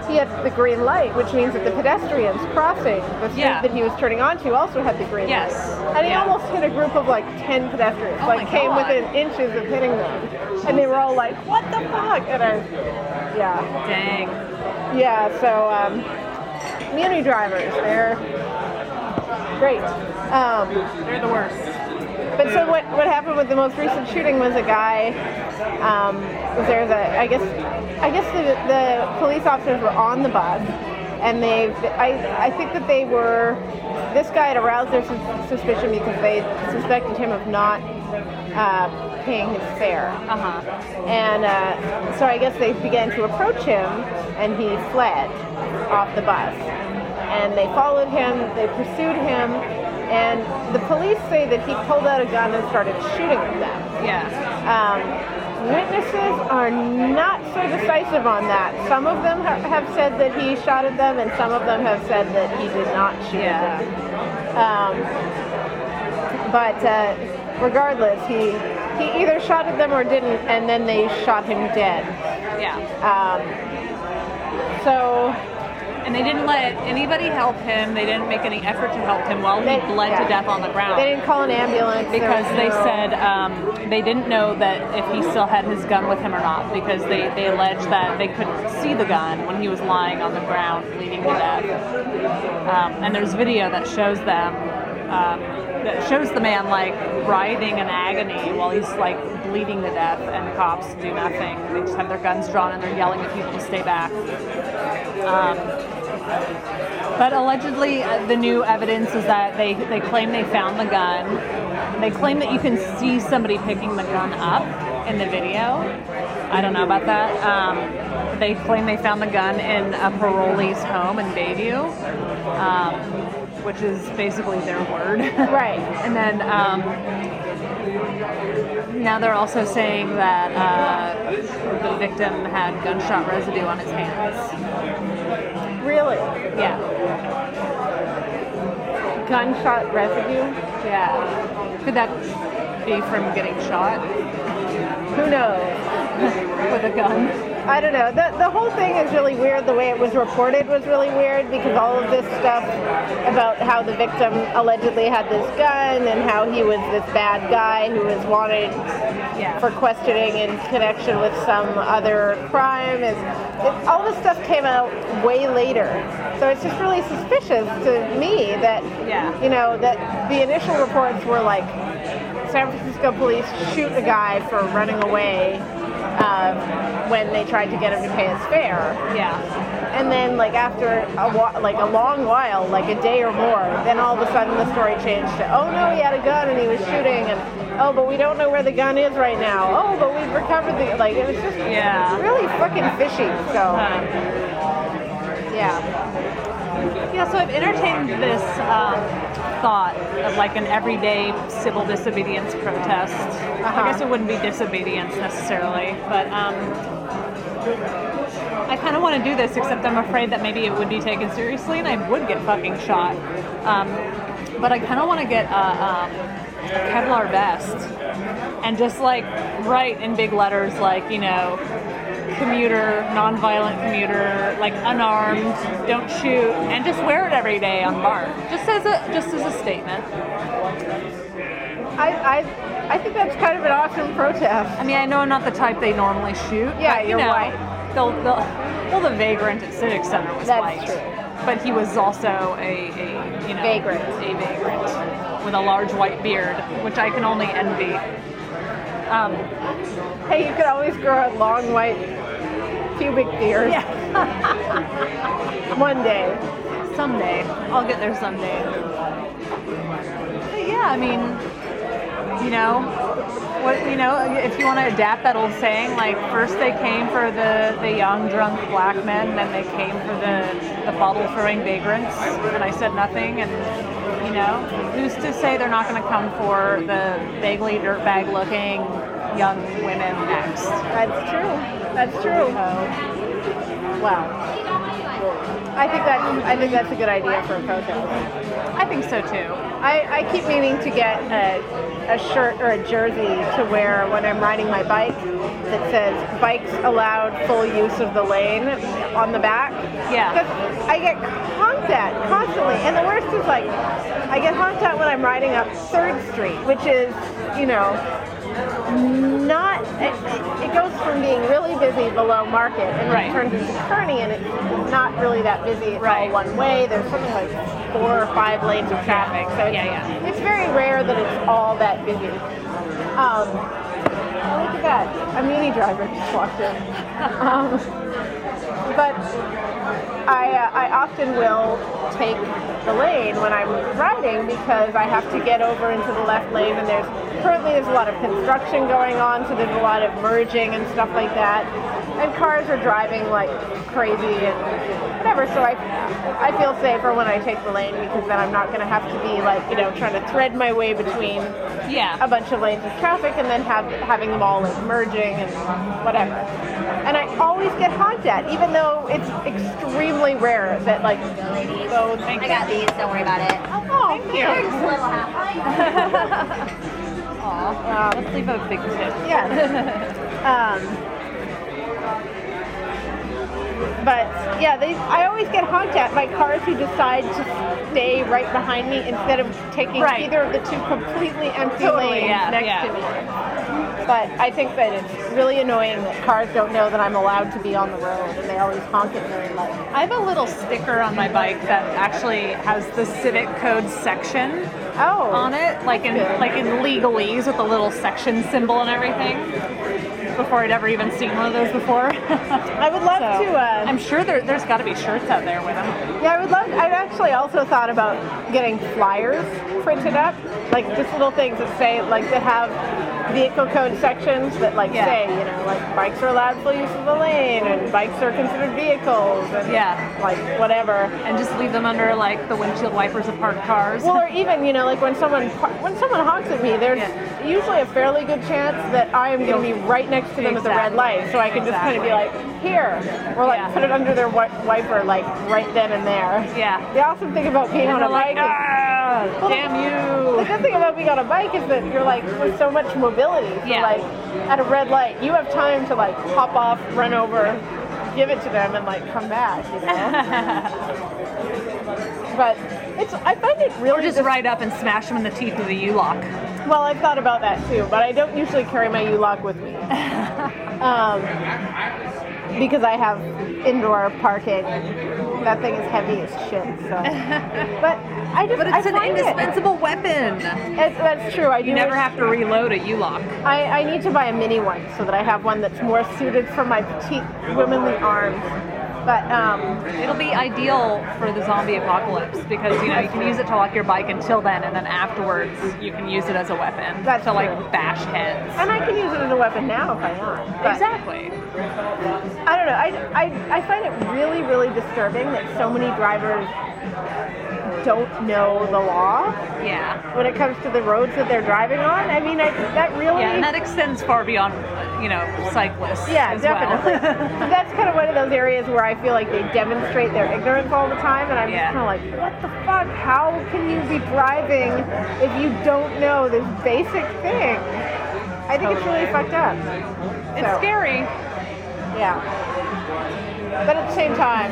C: he had the green light, which means that the pedestrians crossing the street
D: Yeah.
C: that he was turning onto also had the green
D: Yes.
C: light. And he
D: Yeah.
C: almost hit a group of like 10 pedestrians,
D: Oh my
C: like came
D: God.
C: within inches of hitting them. And they were all like, what the fuck? And I, yeah.
D: Dang.
C: Yeah, so um, muni drivers, they're great. Um,
D: They're the worst.
C: but so what, what happened with the most recent shooting was a guy. Um, was there's a I guess I guess the, the police officers were on the bus, and they I I think that they were this guy had aroused their sus- suspicion because they suspected him of not uh, paying his fare.
D: Uh huh.
C: And uh, so I guess they began to approach him, and he fled off the bus. And they followed him, they pursued him, and the police say that he pulled out a gun and started shooting at them.
D: Yeah.
C: Um, Witnesses are not so decisive on that. Some of them ha- have said that he shot at them, and some of them have said that he did not shoot
D: Yeah.
C: at them. Um, but uh, regardless, he he either shot at them or didn't, and then they shot him dead.
D: Yeah.
C: So
D: And they didn't let anybody help him. They didn't make any effort to help him while
C: they
D: he bled
C: yeah.
D: to death on the ground.
C: They didn't call an ambulance there
D: because
C: was
D: they
C: no-
D: said um, they didn't know that if he still had his gun with him or not because they, they alleged that they couldn't see the gun when he was lying on the ground bleeding to death um, and there's video that shows them um, that shows the man like writhing in agony while he's like bleeding to death and the cops do nothing they just have their guns drawn and they're yelling at people to stay back Um, but allegedly, uh, the new evidence is that they, they claim they found the gun. They claim that you can see somebody picking the gun up in the video. I don't know about that. Um, they claim they found the gun in a parolee's home in Bayview, um, which is basically their word.
C: right.
D: And then um, now they're also saying that uh, the victim had gunshot residue on his hands.
C: Really,
D: Yeah.
C: gunshot residue.
D: Yeah. Could that be from getting shot
C: Who knows?
D: with a gun?
C: I don't know. The, the whole thing is really weird. The way it was reported was really weird because all of this stuff about how the victim allegedly had this gun and how he was this bad guy who was wanted
D: Yeah.
C: for questioning in connection with some other crime is it, all this stuff came out way later. So it's just really suspicious to me that
D: Yeah.
C: you know that the initial reports were like San Francisco police shoot a guy for running away uh, when they tried to get him to pay his fare.
D: yeah.
C: And then, like after a wa- like a long while, like a day or more, then all of a sudden the story changed to, oh no, he had a gun and he was shooting, and oh, but we don't know where the gun is right now. Oh, but we've recovered the like. It was just
D: Yeah.
C: really fucking fishy. So
D: Um,
C: yeah,
D: yeah, so I've entertained this um, thought of like an everyday civil disobedience protest.
C: Uh-huh.
D: I guess it wouldn't be disobedience necessarily, but um, I kind of want to do this, except I'm afraid that maybe it would be taken seriously and I would get fucking shot. Um, but I kind of want to get a, um, a Kevlar vest and just like write in big letters, like, you know, commuter, nonviolent commuter, like unarmed, don't shoot, and just wear it every day on bar. Just as a just as a statement.
C: I I I think that's kind of an awesome protest.
D: I mean, I know I'm not the type they normally shoot.
C: Yeah,
D: but, you
C: you're
D: know,
C: white.
D: They'll, they'll, well, the vagrant at Civic Center was
C: That's
D: white,
C: true.
D: but he was also a, a you know
C: Vagrant.
D: a vagrant with a large white beard, which I can only envy. Um,
C: Hey, you could always grow a long white pubic beard
D: yeah,
C: one day.
D: someday I'll get there someday. But yeah, I mean, you know, what you know, if you want to adapt that old saying, like first they came for the the young drunk black men, then they came for the the bottle throwing vagrants, and I said nothing, and you know, who's to say they're not going to come for the vaguely dirtbag looking young women next?
C: That's true. That's true. Wow. I think that's I think that's a good idea for a protest.
D: I think so too.
C: I, I keep meaning to get a, a shirt or a jersey to wear when I'm riding my bike that says bikes allowed full use of the lane on the back.
D: Yeah.
C: Because I get honked at constantly. And the worst is like, I get honked at when I'm riding up 3rd Street, which is, you know, not, it, it- it goes from being really busy below market and
D: Right.
C: then turns into Kearney and it's not really that busy. It's
D: Right.
C: all one way. There's something like four or five lanes of traffic. So it's,
D: Yeah, yeah.
C: it's very rare that it's all that busy. Um, oh, look at that. A mini driver just walked in. Um, but I, uh, I often will take the lane when I'm riding because I have to get over into the left lane and there's currently there's a lot of construction going on so there's a lot of merging and stuff like that and cars are driving like crazy and whatever. So I, I feel safer when I take the lane because then I'm not going to have to be like, you know, trying to thread my way between
D: Yeah.
C: a bunch of lanes of traffic and then have having them all like merging and whatever. And I always get honked at, even though it's extremely rare that like.
E: Ladies,
C: Oh, thank
E: I got these. Don't worry about it.
C: Oh, thank
E: They're
C: you.
E: just a little half.
D: Aw, let's leave a big tip.
C: Yeah. um, but yeah, they. I always get honked at by cars who decide to stay right behind me instead of taking
D: Right.
C: either of the two completely empty
D: Totally,
C: lanes
D: yeah,
C: next
D: yeah.
C: to me. But I think that it's really annoying that cars don't know that I'm allowed to be on the road, and they always honk at me. Like,
D: I have a little sticker on my bike that actually has the civic code section
C: oh,
D: on it, like in
C: Okay.
D: like in legalese with a little section symbol and everything. Before I'd ever even seen one of those before.
C: I would love
D: So,
C: to. Uh,
D: I'm sure there, there's got to be shirts out there with them.
C: Yeah, I would love. I've actually also thought about getting flyers printed up, like just little things that say, like that have vehicle code sections that like
D: Yeah.
C: say, you know, like bikes are allowed full use of the lane, and bikes are considered vehicles, and
D: Yeah.
C: like whatever.
D: And just leave them under like the windshield wipers of parked cars.
C: Well, or even you know, like when someone par- when someone honks at me, there's
D: Yeah.
C: usually a fairly good chance that I am going to be right next to them at the red
D: Exactly.
C: light, so I can just kind of be like here, or like
D: Yeah.
C: put it under their wi- wiper, like right then and there.
D: Yeah.
C: The awesome thing about being on
D: and
C: a
D: they're like,
C: bike is
D: ah,
C: Well,
D: damn you.
C: The good thing about being on a bike is that you're like with so much mobility. So
D: Yeah.
C: like at a red light, you have time to like hop off, run over, give it to them, and like come back. You know? but it's I find it really
D: Or just
C: dis-
D: ride up and smash them in the teeth with a U-lock.
C: Well, I've thought about that too, but I don't usually carry my U-lock with me. um, because I have indoor parking. That thing is heavy as shit. So, but I just
D: But
C: I
D: it's an
C: find it-
D: indispensable weapon.
C: It's- that's true. I do
D: You never
C: wish-
D: have to reload a U-lock.
C: I, I need to buy a mini one so that I have one that's more suited for my petite womanly arms. But um,
D: It'll be ideal for the zombie apocalypse because you know you can use it to lock your bike until then, and then afterwards you can use it as a weapon
C: That's
D: to like
C: true.
D: bash heads.
C: and I can use it as a weapon now if I want. But
D: Exactly.
C: I don't know. I, I, I find it really really disturbing that so many drivers don't know the law
D: Yeah.
C: when it comes to the roads that they're driving on. I mean, I, that really
D: Yeah, and that extends far beyond you know cyclists.
C: Yeah,
D: as well.
C: definitely. So That's kind of one of those areas where I feel like they demonstrate their ignorance all the time, and I'm
D: Yeah.
C: just kind of like, what the fuck? How can you be driving if you don't know this basic thing? I think it's really fucked up.
D: it's
C: So,
D: scary.
C: Yeah. But at the same time,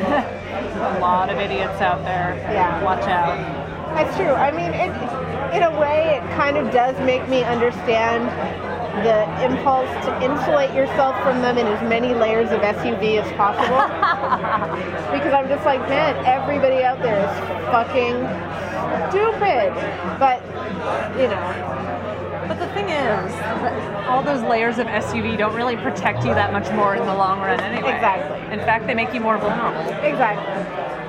D: A lot of idiots out there.
C: Yeah.
D: Watch out.
C: that's true. I mean, it, in a way, it kind of does make me understand the impulse to insulate yourself from them in as many layers of SUV as possible. because I'm just like, man, everybody out there is fucking stupid. But you know,
D: But the thing is, that all those layers of SUV don't really protect you that much more in the long run, anyway.
C: Exactly.
D: In fact, they make you more vulnerable.
C: exactly.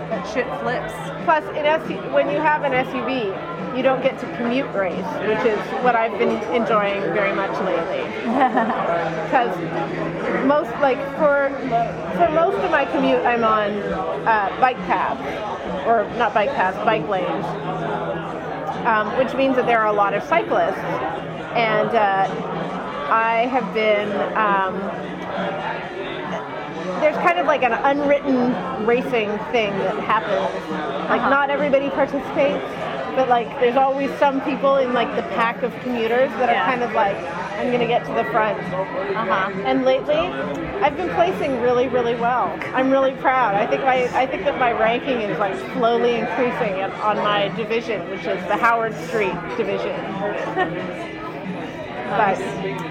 D: That shit flips.
C: Plus, in SU- when you have an SUV, you don't get to commute race, which is what I've been enjoying very much lately. Because most, like for for most of my commute, I'm on uh, bike paths, or not bike paths, bike lanes, um, which means that there are a lot of cyclists, and uh, I have been. Um, there's kind of like an unwritten racing thing that happens. Like
D: Uh-huh.
C: not everybody participates, but like there's always some people in like the pack of commuters that
D: Yeah.
C: are kind of like, I'm gonna get to the front.
D: Uh-huh.
C: And lately, I've been placing really, really well. I'm really proud. I think my I think that my ranking is like slowly increasing on- on my division, which is the Howard Street division. but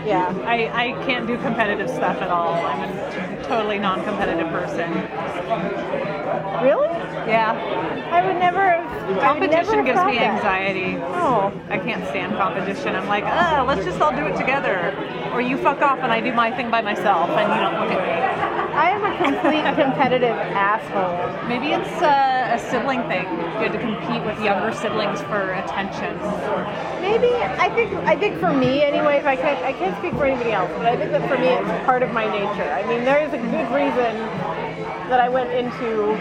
C: yeah.
D: I, I can't do competitive stuff at all. I'm a totally non-competitive person.
C: Really?
D: Yeah.
C: I would never have I would never
D: Competition
C: have
D: gives
C: thought
D: me
C: that.
D: anxiety.
C: Oh.
D: I can't stand competition. I'm like, uh, let's just all do it together. Or you fuck off and I do my thing by myself and you don't look at me.
C: I am a complete competitive asshole.
D: Maybe it's uh, a sibling thing. You had to compete with younger siblings for attention.
C: Maybe I think I think for me, anyways, I can't I can't speak for anybody else, but I think that for me, it's part of my nature. I mean, there is a good reason that I went into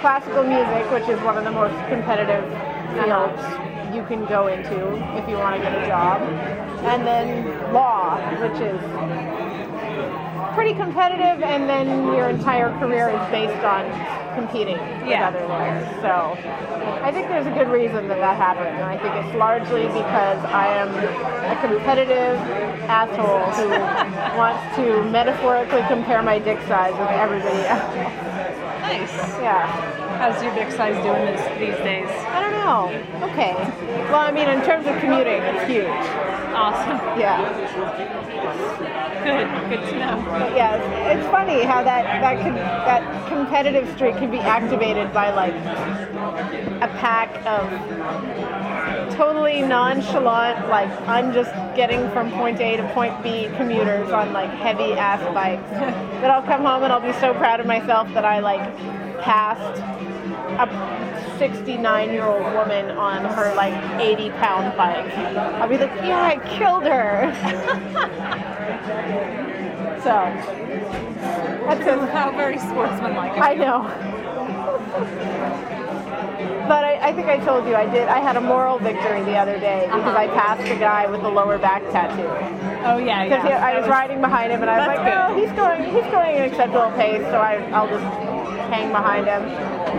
C: classical music, which is one of the most competitive fields you can go into if you want to get a job, and then law, which is pretty competitive, and then your entire career is based on competing
D: Yeah.
C: with other lawyers. So I think there's a good reason that that happened, and I think it's largely because I am a competitive asshole who wants to metaphorically compare my dick size with everybody else.
D: Nice.
C: Yeah.
D: How's your dick size doing this, these days?
C: I don't know. Okay. Well, I mean, in terms of commuting, it's huge.
D: Awesome.
C: Yeah.
D: Good. Good to know.
C: But yeah, it's, it's funny how that that com- that competitive streak can be activated by like a pack of totally nonchalant, like I'm just getting from point A to point B commuters on like heavy ass bikes. that I'll come home and I'll be so proud of myself that I like passed a 69 year old woman on her like 80 pound bike. I'll be like, yeah, I killed her. so that's a
D: How very sportsmanlike. of
C: I
D: you.
C: know. But I, I think I told you I did. I had a moral victory the other day because
D: Uh-huh.
C: I passed a guy with a lower back tattoo.
D: Oh yeah.
C: Because
D: yeah.
C: I
D: That
C: was, riding behind him and I was
D: That's
C: like,
D: good.
C: oh, he's going, he's going at an acceptable pace, so I, I'll just hang behind him.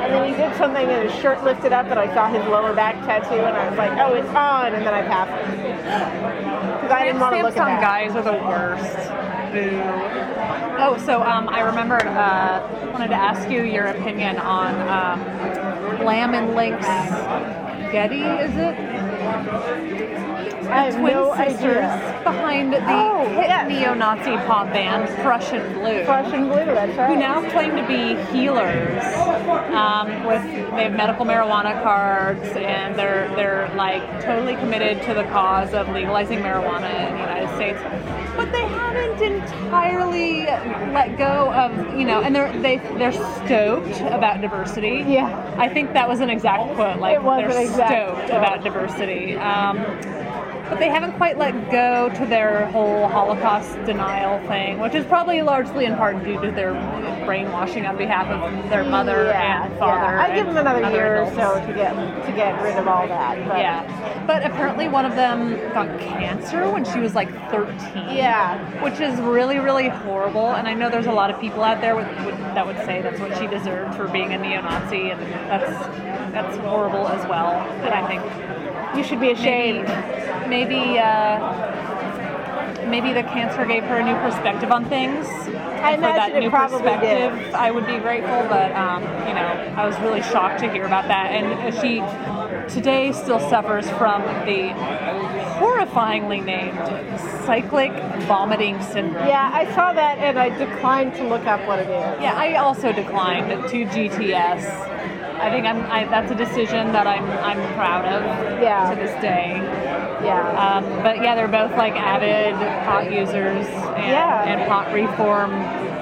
C: And then he did something and his shirt lifted up and I saw his lower back tattoo and I was like, oh, it's on. And then I passed him. Because I didn't want to
D: Timestamps
C: look at
D: on
C: that.
D: guys are the worst. Boo. Oh, so um, I remembered. Uh, wanted to ask you your opinion on um, Lamb and Link's Getty. Is it
C: I have
D: twin
C: no
D: sisters
C: idea.
D: behind the
C: Oh,
D: hit
C: yes.
D: neo-Nazi pop band Prussian Blue?
C: Prussian blue, that's right.
D: who now claim to be healers um, with they have medical marijuana cards and they're they're like totally committed to the cause of legalizing marijuana in the United States but they haven't entirely let go of you know and they're they, they're stoked about diversity
C: Yeah.
D: I think that was an exact quote like
C: It was
D: they're
C: an exact
D: stoked
C: quote.
D: about diversity um, but they haven't quite let go to their whole Holocaust denial thing, which is probably largely in part due to their brainwashing on behalf of their mother
C: yeah,
D: and father.
C: Yeah. I give
D: and
C: them another
D: other
C: year
D: adults.
C: or so to get to get rid of all that. But
D: Yeah, but apparently one of them got cancer when she was like 13.
C: Yeah.
D: which is really, really horrible. And I know there's a lot of people out there with, would that would say that's what she deserved for being a neo-Nazi, and that's that's horrible as well. And I think
C: You should be
D: maybe
C: ashamed.
D: maybe uh, maybe the cancer gave her a new perspective on things.
C: I
D: And for that
C: imagine it
D: new
C: probably did.
D: perspective, I would be grateful. But um, you know, I was really shocked to hear about that. And uh, she today still suffers from the horrifyingly named cyclic vomiting syndrome.
C: Yeah, I saw that and I declined to look up what it is.
D: Yeah, I also declined to GTS. I think I'm. I, that's a decision that I'm. I'm proud of.
C: Yeah.
D: To this day.
C: Yeah.
D: Um, but yeah, they're both like avid pot users and,
C: Yeah.
D: and pot reform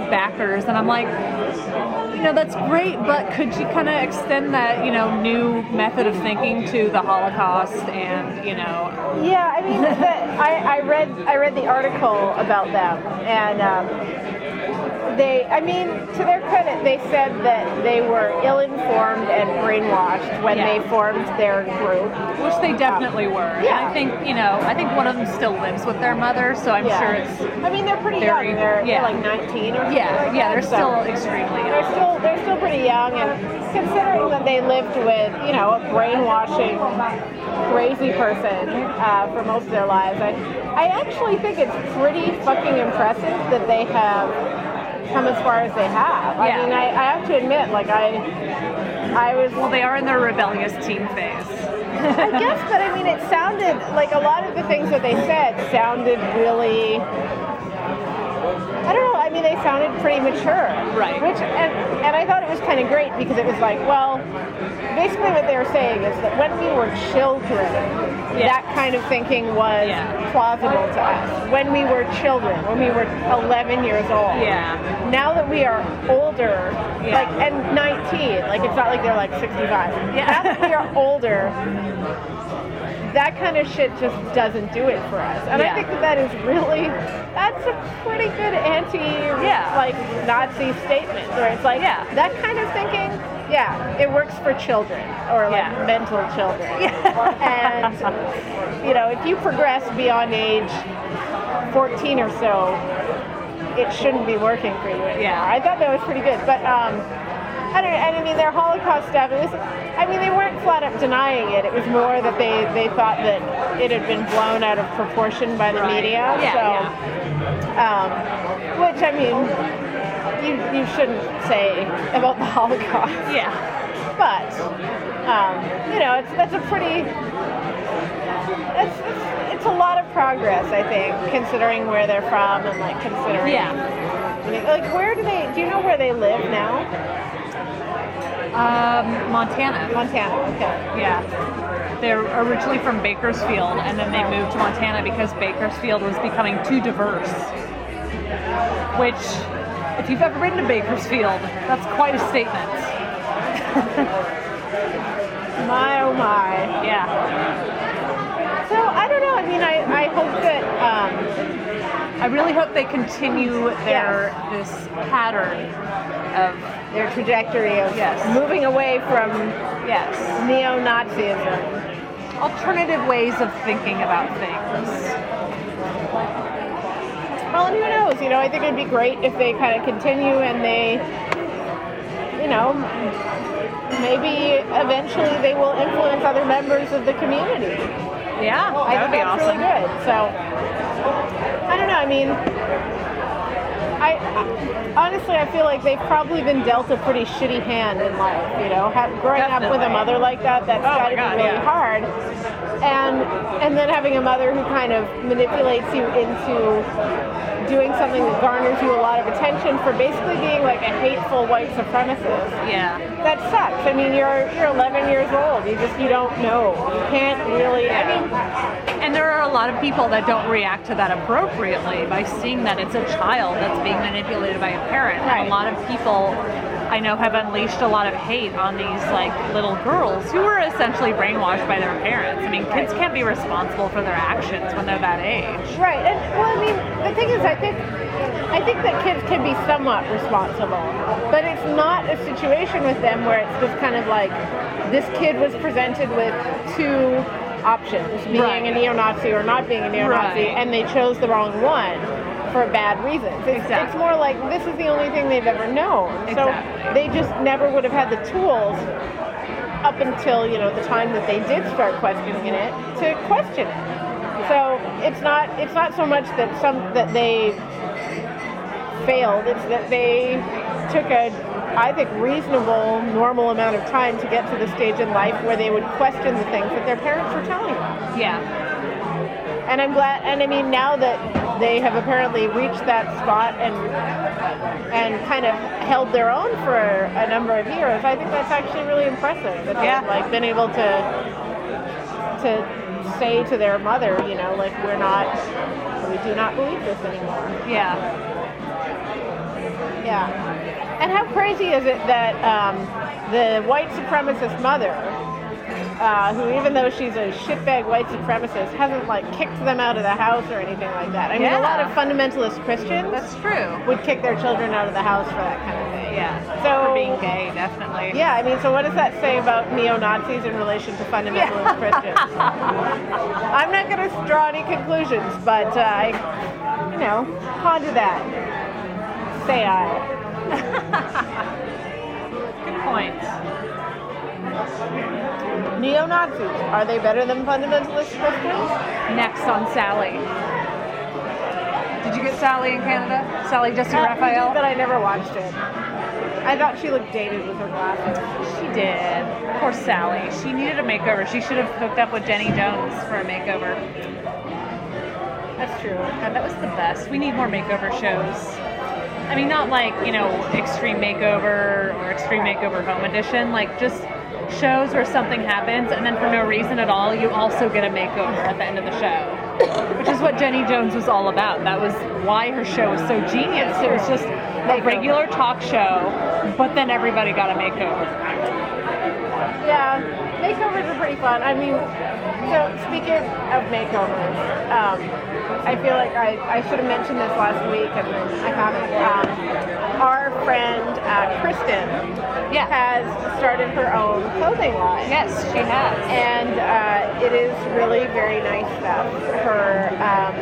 D: backers, and I'm like, you know, that's great, but could you kind of extend that, you know, new method of thinking to the Holocaust and you know,
C: Yeah, I mean, the, I, I read I read the article about them, and um, they, I mean, to their credit, they said that they were ill-informed and brainwashed when
D: Yeah.
C: they formed their group.
D: which they definitely were. And
C: Yeah.
D: I think you know, I think one of them still lives with their mother, so I'm
C: Yeah.
D: sure it's.
C: I mean, they're pretty
D: very-
C: young. They're,
D: yeah.
C: they're like 19 or something
D: Yeah, yeah,
C: like that,
D: they're
C: so-
D: still extremely young.
C: They're still they're still pretty young, and considering that they lived with you know a brainwashing crazy person uh, for most of their lives, I I actually think it's pretty fucking impressive that they have come as far as they have.
D: Yeah.
C: I mean, I, I have to admit, like I I was
D: Well, they are in their rebellious teen phase.
C: I guess, but I mean, it sounded like a lot of the things that they said sounded really. I don't know. I mean, they sounded pretty mature,
D: Right.
C: Which and and I thought it was kind of great because it was like, well, basically what they were saying is that when we were children,
D: Yeah.
C: that kind of thinking was
D: Yeah.
C: plausible to us. When we were children, when we were 11 years old,
D: Yeah.
C: Now that we are older,
D: Yeah.
C: like and 19, like it's not like they're like 65.
D: Yeah.
C: Now that we are older, that kind of shit just doesn't do it for us. And
D: Yeah.
C: I think that that is really, that's a pretty good anti,
D: Yeah.
C: like Nazi statement where it's like,
D: Yeah.
C: that kind of thinking yeah, it works for children or like
D: Yeah.
C: mental children. and you know, if you progress beyond age 14 or so, it shouldn't be working for you. anymore.
D: Yeah.
C: I thought that was pretty good, but um, I don't. And I mean, their Holocaust stuff. It was. I mean, they weren't flat up denying it. It was more that they they thought that it had been blown out of proportion by the
D: Right.
C: media.
D: Yeah,
C: so,
D: yeah.
C: Um, which I mean, you you shouldn't say about the Holocaust
D: Yeah.
C: but um, you know, it's that's a pretty. It's, it's, it's a lot of progress, I think, considering where they're from and like considering.
D: Yeah.
C: I mean, Like, where do they? Do you know where they live now?
D: Um, Montana.
C: Montana. Okay.
D: Yeah. They're originally from Bakersfield and then they moved to Montana because Bakersfield was becoming too diverse. Which, if you've ever been to Bakersfield, that's quite a statement.
C: My oh my.
D: Yeah.
C: So I don't know. I mean, I I hope that. Um,
D: I really hope they continue their this pattern of
C: their trajectory of
D: Yes.
C: moving away from
D: yes,
C: neo-Nazism.
D: alternative ways of thinking about things.
C: Well, and who knows? You know, I think it'd be great if they kind of continue and they, you know, maybe eventually they will influence other members of the community.
D: Yeah,
C: I
D: Oh, that would
C: think
D: be
C: that's
D: awesome.
C: really good. So, I don't know. I mean, I, I honestly I feel like they've probably been dealt a pretty shitty hand in life. You know, have, growing up with a
D: Definitely.
C: mother like that, that's
D: Oh
C: got to
D: my God,
C: be really
D: yeah.
C: hard. And and then having a mother who kind of manipulates you into doing something that garners you a lot of attention for basically being like a hateful white supremacist
D: Yeah.
C: that sucks. I mean, you're you're 11 years old. You just you don't know. You can't really. I mean,
D: And there are a lot of people that don't react to that appropriately by seeing that it's a child that's being manipulated by a parent. And
C: Right.
D: a lot of people I know have unleashed a lot of hate on these like little girls who were essentially brainwashed by their parents. I mean, kids can't be responsible for their actions when they're that age.
C: right. And well, I mean, the thing is, I think I think that kids can be somewhat responsible, but it's not a situation with them where it's just kind of like this kid was presented with two options: being
D: Right.
C: a neo-Nazi or not being a neo-Nazi,
D: Right.
C: and they chose the wrong one for bad reasons. It's, it's
D: Exactly.
C: more like this is the only thing they've ever known. So
D: Exactly.
C: they just never would have had the tools up until you know the time that they did start questioning it to question it. So it's not it's not so much that some that they failed; it's that they took a I think reasonable, normal amount of time to get to the stage in life where they would question the things that their parents were telling them.
D: Yeah.
C: And I'm glad. And I mean, now that they have apparently reached that spot and and kind of held their own for a number of years, I think that's actually really impressive. That
D: Yeah.
C: they've like been able to to say to their mother, you know, like we're not, we do not believe this anymore.
D: Yeah.
C: Yeah. And how crazy is it that um, the white supremacist mother, uh, who even though she's a shitbag white supremacist, hasn't like kicked them out of the house or anything like that? I mean, a
D: Yeah.
C: lot of fundamentalist Christians
D: That's true.
C: would kick their children out of the house for that kind of thing.
D: Yeah.
C: So-
D: for being gay, definitely.
C: Yeah, I mean, so what does that say about neo Nazis in relation to fundamentalist Christians? I'm not going to draw any conclusions, but uh, I, you know, ponder that. Say I.
D: Good point.
C: Neo Nazis, are they better than fundamentalist Christians?
D: Next on Sally. Did you get Sally in Canada? Sally Jesse Raphael?
C: But I never watched it. I thought she looked dated with her glasses.
D: She did. Poor Sally. She needed a makeover. She should have hooked up with Jenny Jones for a makeover.
C: That's true.
D: God, that was the best. We need more makeover shows. I mean, not like, you know, Extreme Makeover or Extreme Makeover Home Edition. Like, just shows where something happens and then for no reason at all, you also get a makeover at the end of the show. Which is what Jenny Jones was all about. That was why her show was so genius. It was just a regular talk show, but then everybody got a makeover.
C: Yeah, makeovers are pretty fun. I mean, so speaking of makeovers, um, I feel like I, I should have mentioned this last week and then I haven't. Um, our friend uh, Kristen
D: Yeah.
C: has started her own clothing line.
D: Yes, she has.
C: and uh, it is really very nice stuff. Her um,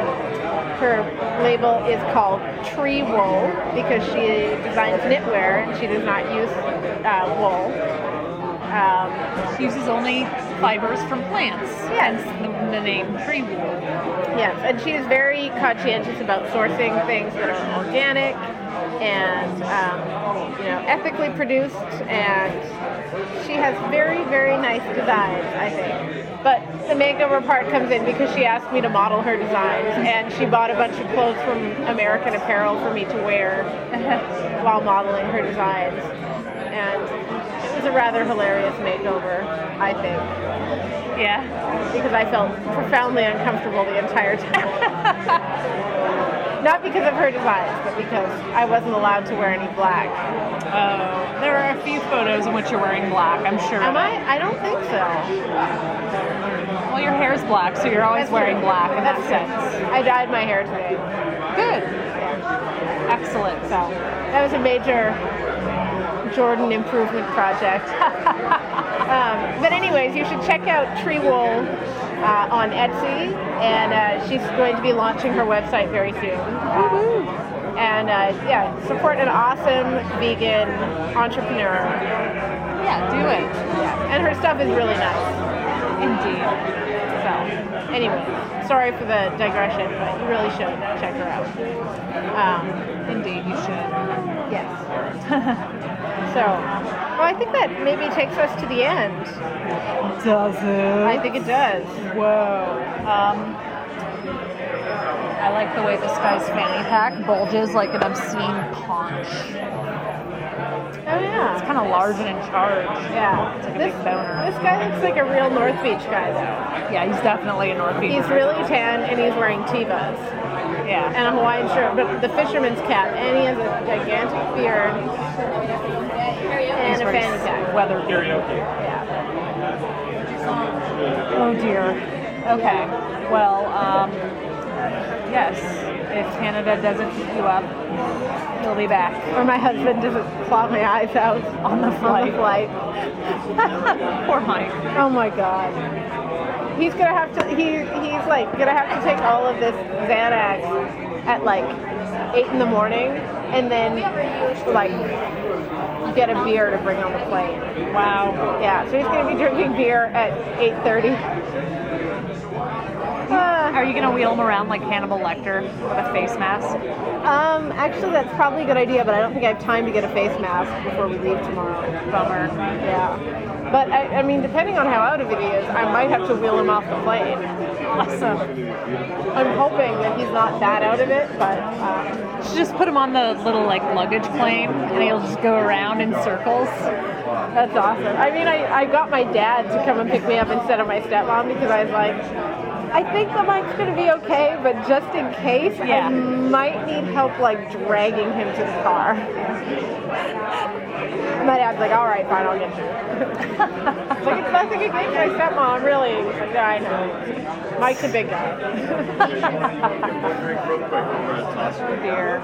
C: her label is called Tree Wool because she designs knitwear and she does not use uh, wool. Um,
D: She uses only fibers from plants.
C: Yes.
D: Hence the, the name tree wool.
C: yes, and she is very conscientious about sourcing things that are organic and um, you know ethically produced and. She has very, very nice designs, I think. But the makeover part comes in because she asked me to model her designs, and she bought a bunch of clothes from American Apparel for me to wear while modeling her designs. And it was a rather hilarious makeover, I think,
D: Yeah.
C: because I felt profoundly uncomfortable the entire time. Not because of her designs, but because I wasn't allowed to wear any black.
D: Oh, there are a few photos in which you're wearing black. I'm sure.
C: Am I? I don't think so.
D: Well, your hair's black, so you're always
C: That's
D: wearing
C: true.
D: black in that
C: That's
D: sense.
C: true. I dyed my hair today.
D: Good. Excellent.
C: So that was a major Jordan improvement project. um, but anyways, you should check out Tree Wool uh, on Etsy, and uh, she's going to be launching her website very soon. Um, and uh, yeah, support an awesome vegan entrepreneur.
D: Yeah, do it.
C: Yeah. And her stuff is really nice.
D: Indeed.
C: So anyway, sorry for the digression, but you really should check her out. Um,
D: Indeed, you should.
C: Yes. so, well, I think that maybe takes us to the end.
D: Does
C: I
D: it?
C: think it does.
D: Whoa. Um, I like the way this guy's fanny pack bulges like an obscene paunch.
C: Oh yeah.
D: Kind of large and in charge.
C: Yeah.
D: It's like a
C: This,
D: big boner.
C: this guy looks like a real North Beach guy though.
D: Yeah, he's definitely a North Beach.
C: He's really tan and he's wearing tivas
D: yeah.
C: and a Hawaiian shirt, but the fisherman's cap, and he has a gigantic beard and a fanny pack.
D: Weather Oh dear. Okay. Well, um, yes. If Canada doesn't pick you up, he'll be back
C: Or my husband doesn't claw my eyes out
D: on the
C: on the
D: flight.
C: flight.
D: Poor Mike.
C: Oh my god. He's gonna have to. He he's like gonna have to take all of this Xanax at like eight in the morning, and then like get a beer to bring on the plane.
D: Wow.
C: Yeah, so he's gonna be drinking beer at eight thirty. Uh,
D: Are you gonna wheel him around like Hannibal Lecter with a face mask?
C: um, actually, that's probably a good idea, but I don't think I have time to get a face mask before we leave tomorrow.
D: Bummer.
C: Yeah, but I, I mean, depending on how out of it he is, I might have to wheel him off the plane.
D: Awesome.
C: I'm hoping that he's not that out of it, but um,
D: Should just put him on the little like luggage plane, and he'll just go around in circles.
C: that's awesome. I mean, I, I got my dad to come and pick me up instead of my stepmom because I was like, I think the bike's gonna be okay, but just in case,
D: Yeah.
C: I might need help like dragging him to the car. my dad's like, all right, fine, I'll get you. It's like, it's nothing against my stepmom, really. He's like, yeah, I know. Mike's a big guy.
D: Oh dear.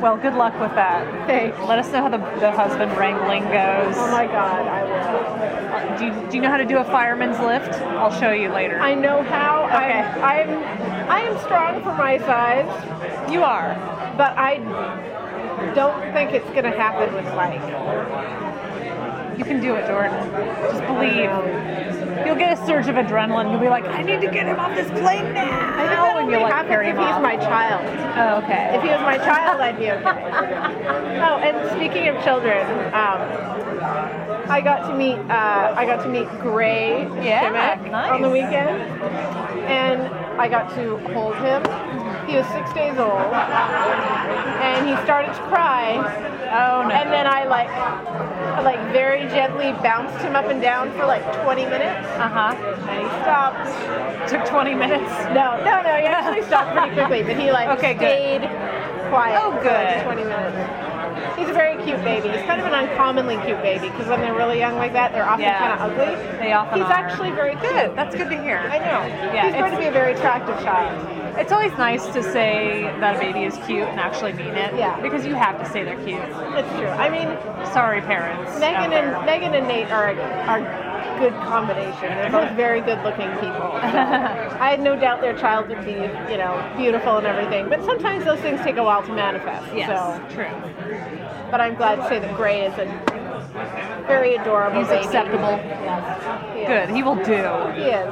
D: Well, good luck with that.
C: Thanks.
D: Let us know how the, the husband wrangling goes.
C: Oh my god, I will.
D: Do you, do you know how to do a fireman's lift? I'll show you later.
C: I know how.
D: Okay.
C: I'm, I'm, I am strong for my size,
D: you are.
C: but I don't think it's gonna happen with Mike.
D: You can do it, Jordan. Just believe. You'll get a surge of adrenaline. You'll be like, I need to get him off this plane now.
C: I know
D: and you'll like carry
C: if
D: him
C: he's
D: off.
C: my child.
D: oh, okay.
C: If he was my child, I'd be okay. oh, and speaking of children, um, I got to meet uh, I got to meet Gray
D: Yeah,
C: Shimek
D: nice.
C: on the weekend, and I got to hold him. He was six days old, and he started to cry.
D: oh no.
C: And then I like, I, like very gently bounced him up and down for like 20 minutes.
D: uh
C: And he stopped.
D: huh. Took 20 minutes.
C: No, no, no. He actually stopped pretty quickly, but he like
D: Okay, good.
C: stayed quiet
D: Oh,
C: for like
D: good.
C: 20 minutes. He's a very cute baby. He's kind of an uncommonly cute baby because when they're really young like that, they're often
D: Yeah.
C: kind of ugly.
D: They often
C: He's
D: are.
C: actually very good.
D: That's good to hear.
C: I know.
D: Yeah,
C: He's going
D: it's-
C: to be a very attractive child.
D: It's always nice to say that a baby is cute and actually mean it.
C: Yeah.
D: Because you have to say they're cute.
C: It's true. I mean,
D: Sorry, parents. out
C: Megan
D: there.
C: and Megan and Nate are are good combination. They're both very good looking people. I had no doubt their child would be, you know, beautiful and everything. But sometimes those things take a while to manifest.
D: Yes,
C: So,
D: true.
C: but I'm glad to say that Gray is a very adorable
D: He's
C: baby.
D: acceptable.
C: Yes. He is.
D: Good. He will do.
C: He is. Yes.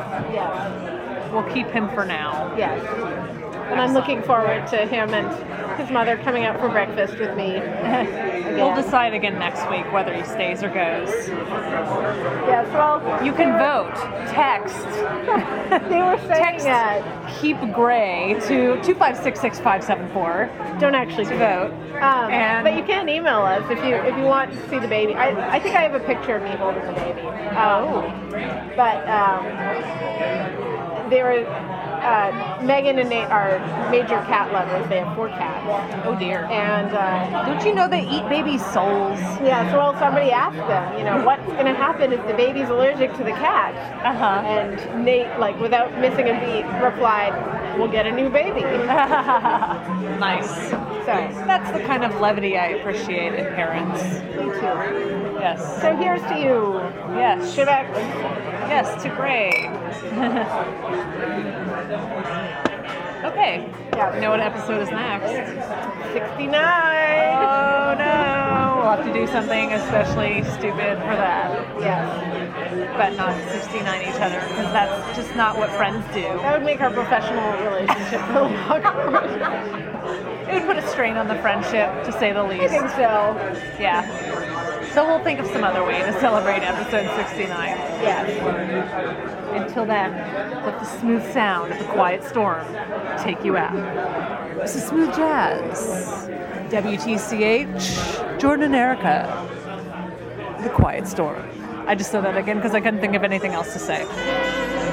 D: We'll keep him for now.
C: Yes. And I'm looking forward to him and his mother coming out for breakfast with me.
D: We'll
C: Again.
D: decide again next week whether he stays or goes.
C: Yes. Well,
D: You can vote, text,
C: they were saying
D: text
C: that.
D: keep gray to 2566574
C: Don't actually
D: to vote.
C: Um,
D: And-
C: but you can email us if you if you want to see the baby. I, I think I have a picture of me holding the baby. Um, but um, they were uh, Megan and Nate are major cat lovers. They have four cats,
D: Oh dear.
C: and uh,
D: Don't you know they eat baby souls?
C: yeah. So well, somebody asked them, you know, what's going to happen if the baby's allergic to the cat?
D: Uh huh.
C: And Nate, like without missing a beat, replied, "We'll get a new baby."
D: nice.
C: So
D: That's the kind of levity I appreciate in parents.
C: me too.
D: Yes.
C: So here's to you,
D: Yes.
C: Shivak.
D: Yes, to gray. okay.
C: Yeah.
D: You know what episode is next?
C: 69.
D: Oh no. We'll have to do something especially stupid for that,
C: Yes.
D: but not 69 each other because that's just not what friends do.
C: That would make our professional relationship a little awkward.
D: It would put a strain on the friendship, to say the
C: I
D: least.
C: think so.
D: Yeah. So we'll think of some other way to celebrate episode 69.
C: Yes.
D: Until then, let the smooth sound of the quiet storm take you out. This is Smooth Jazz, WTCH, Jordan and Erica, The Quiet Storm. I just said that again because I couldn't think of anything else to say.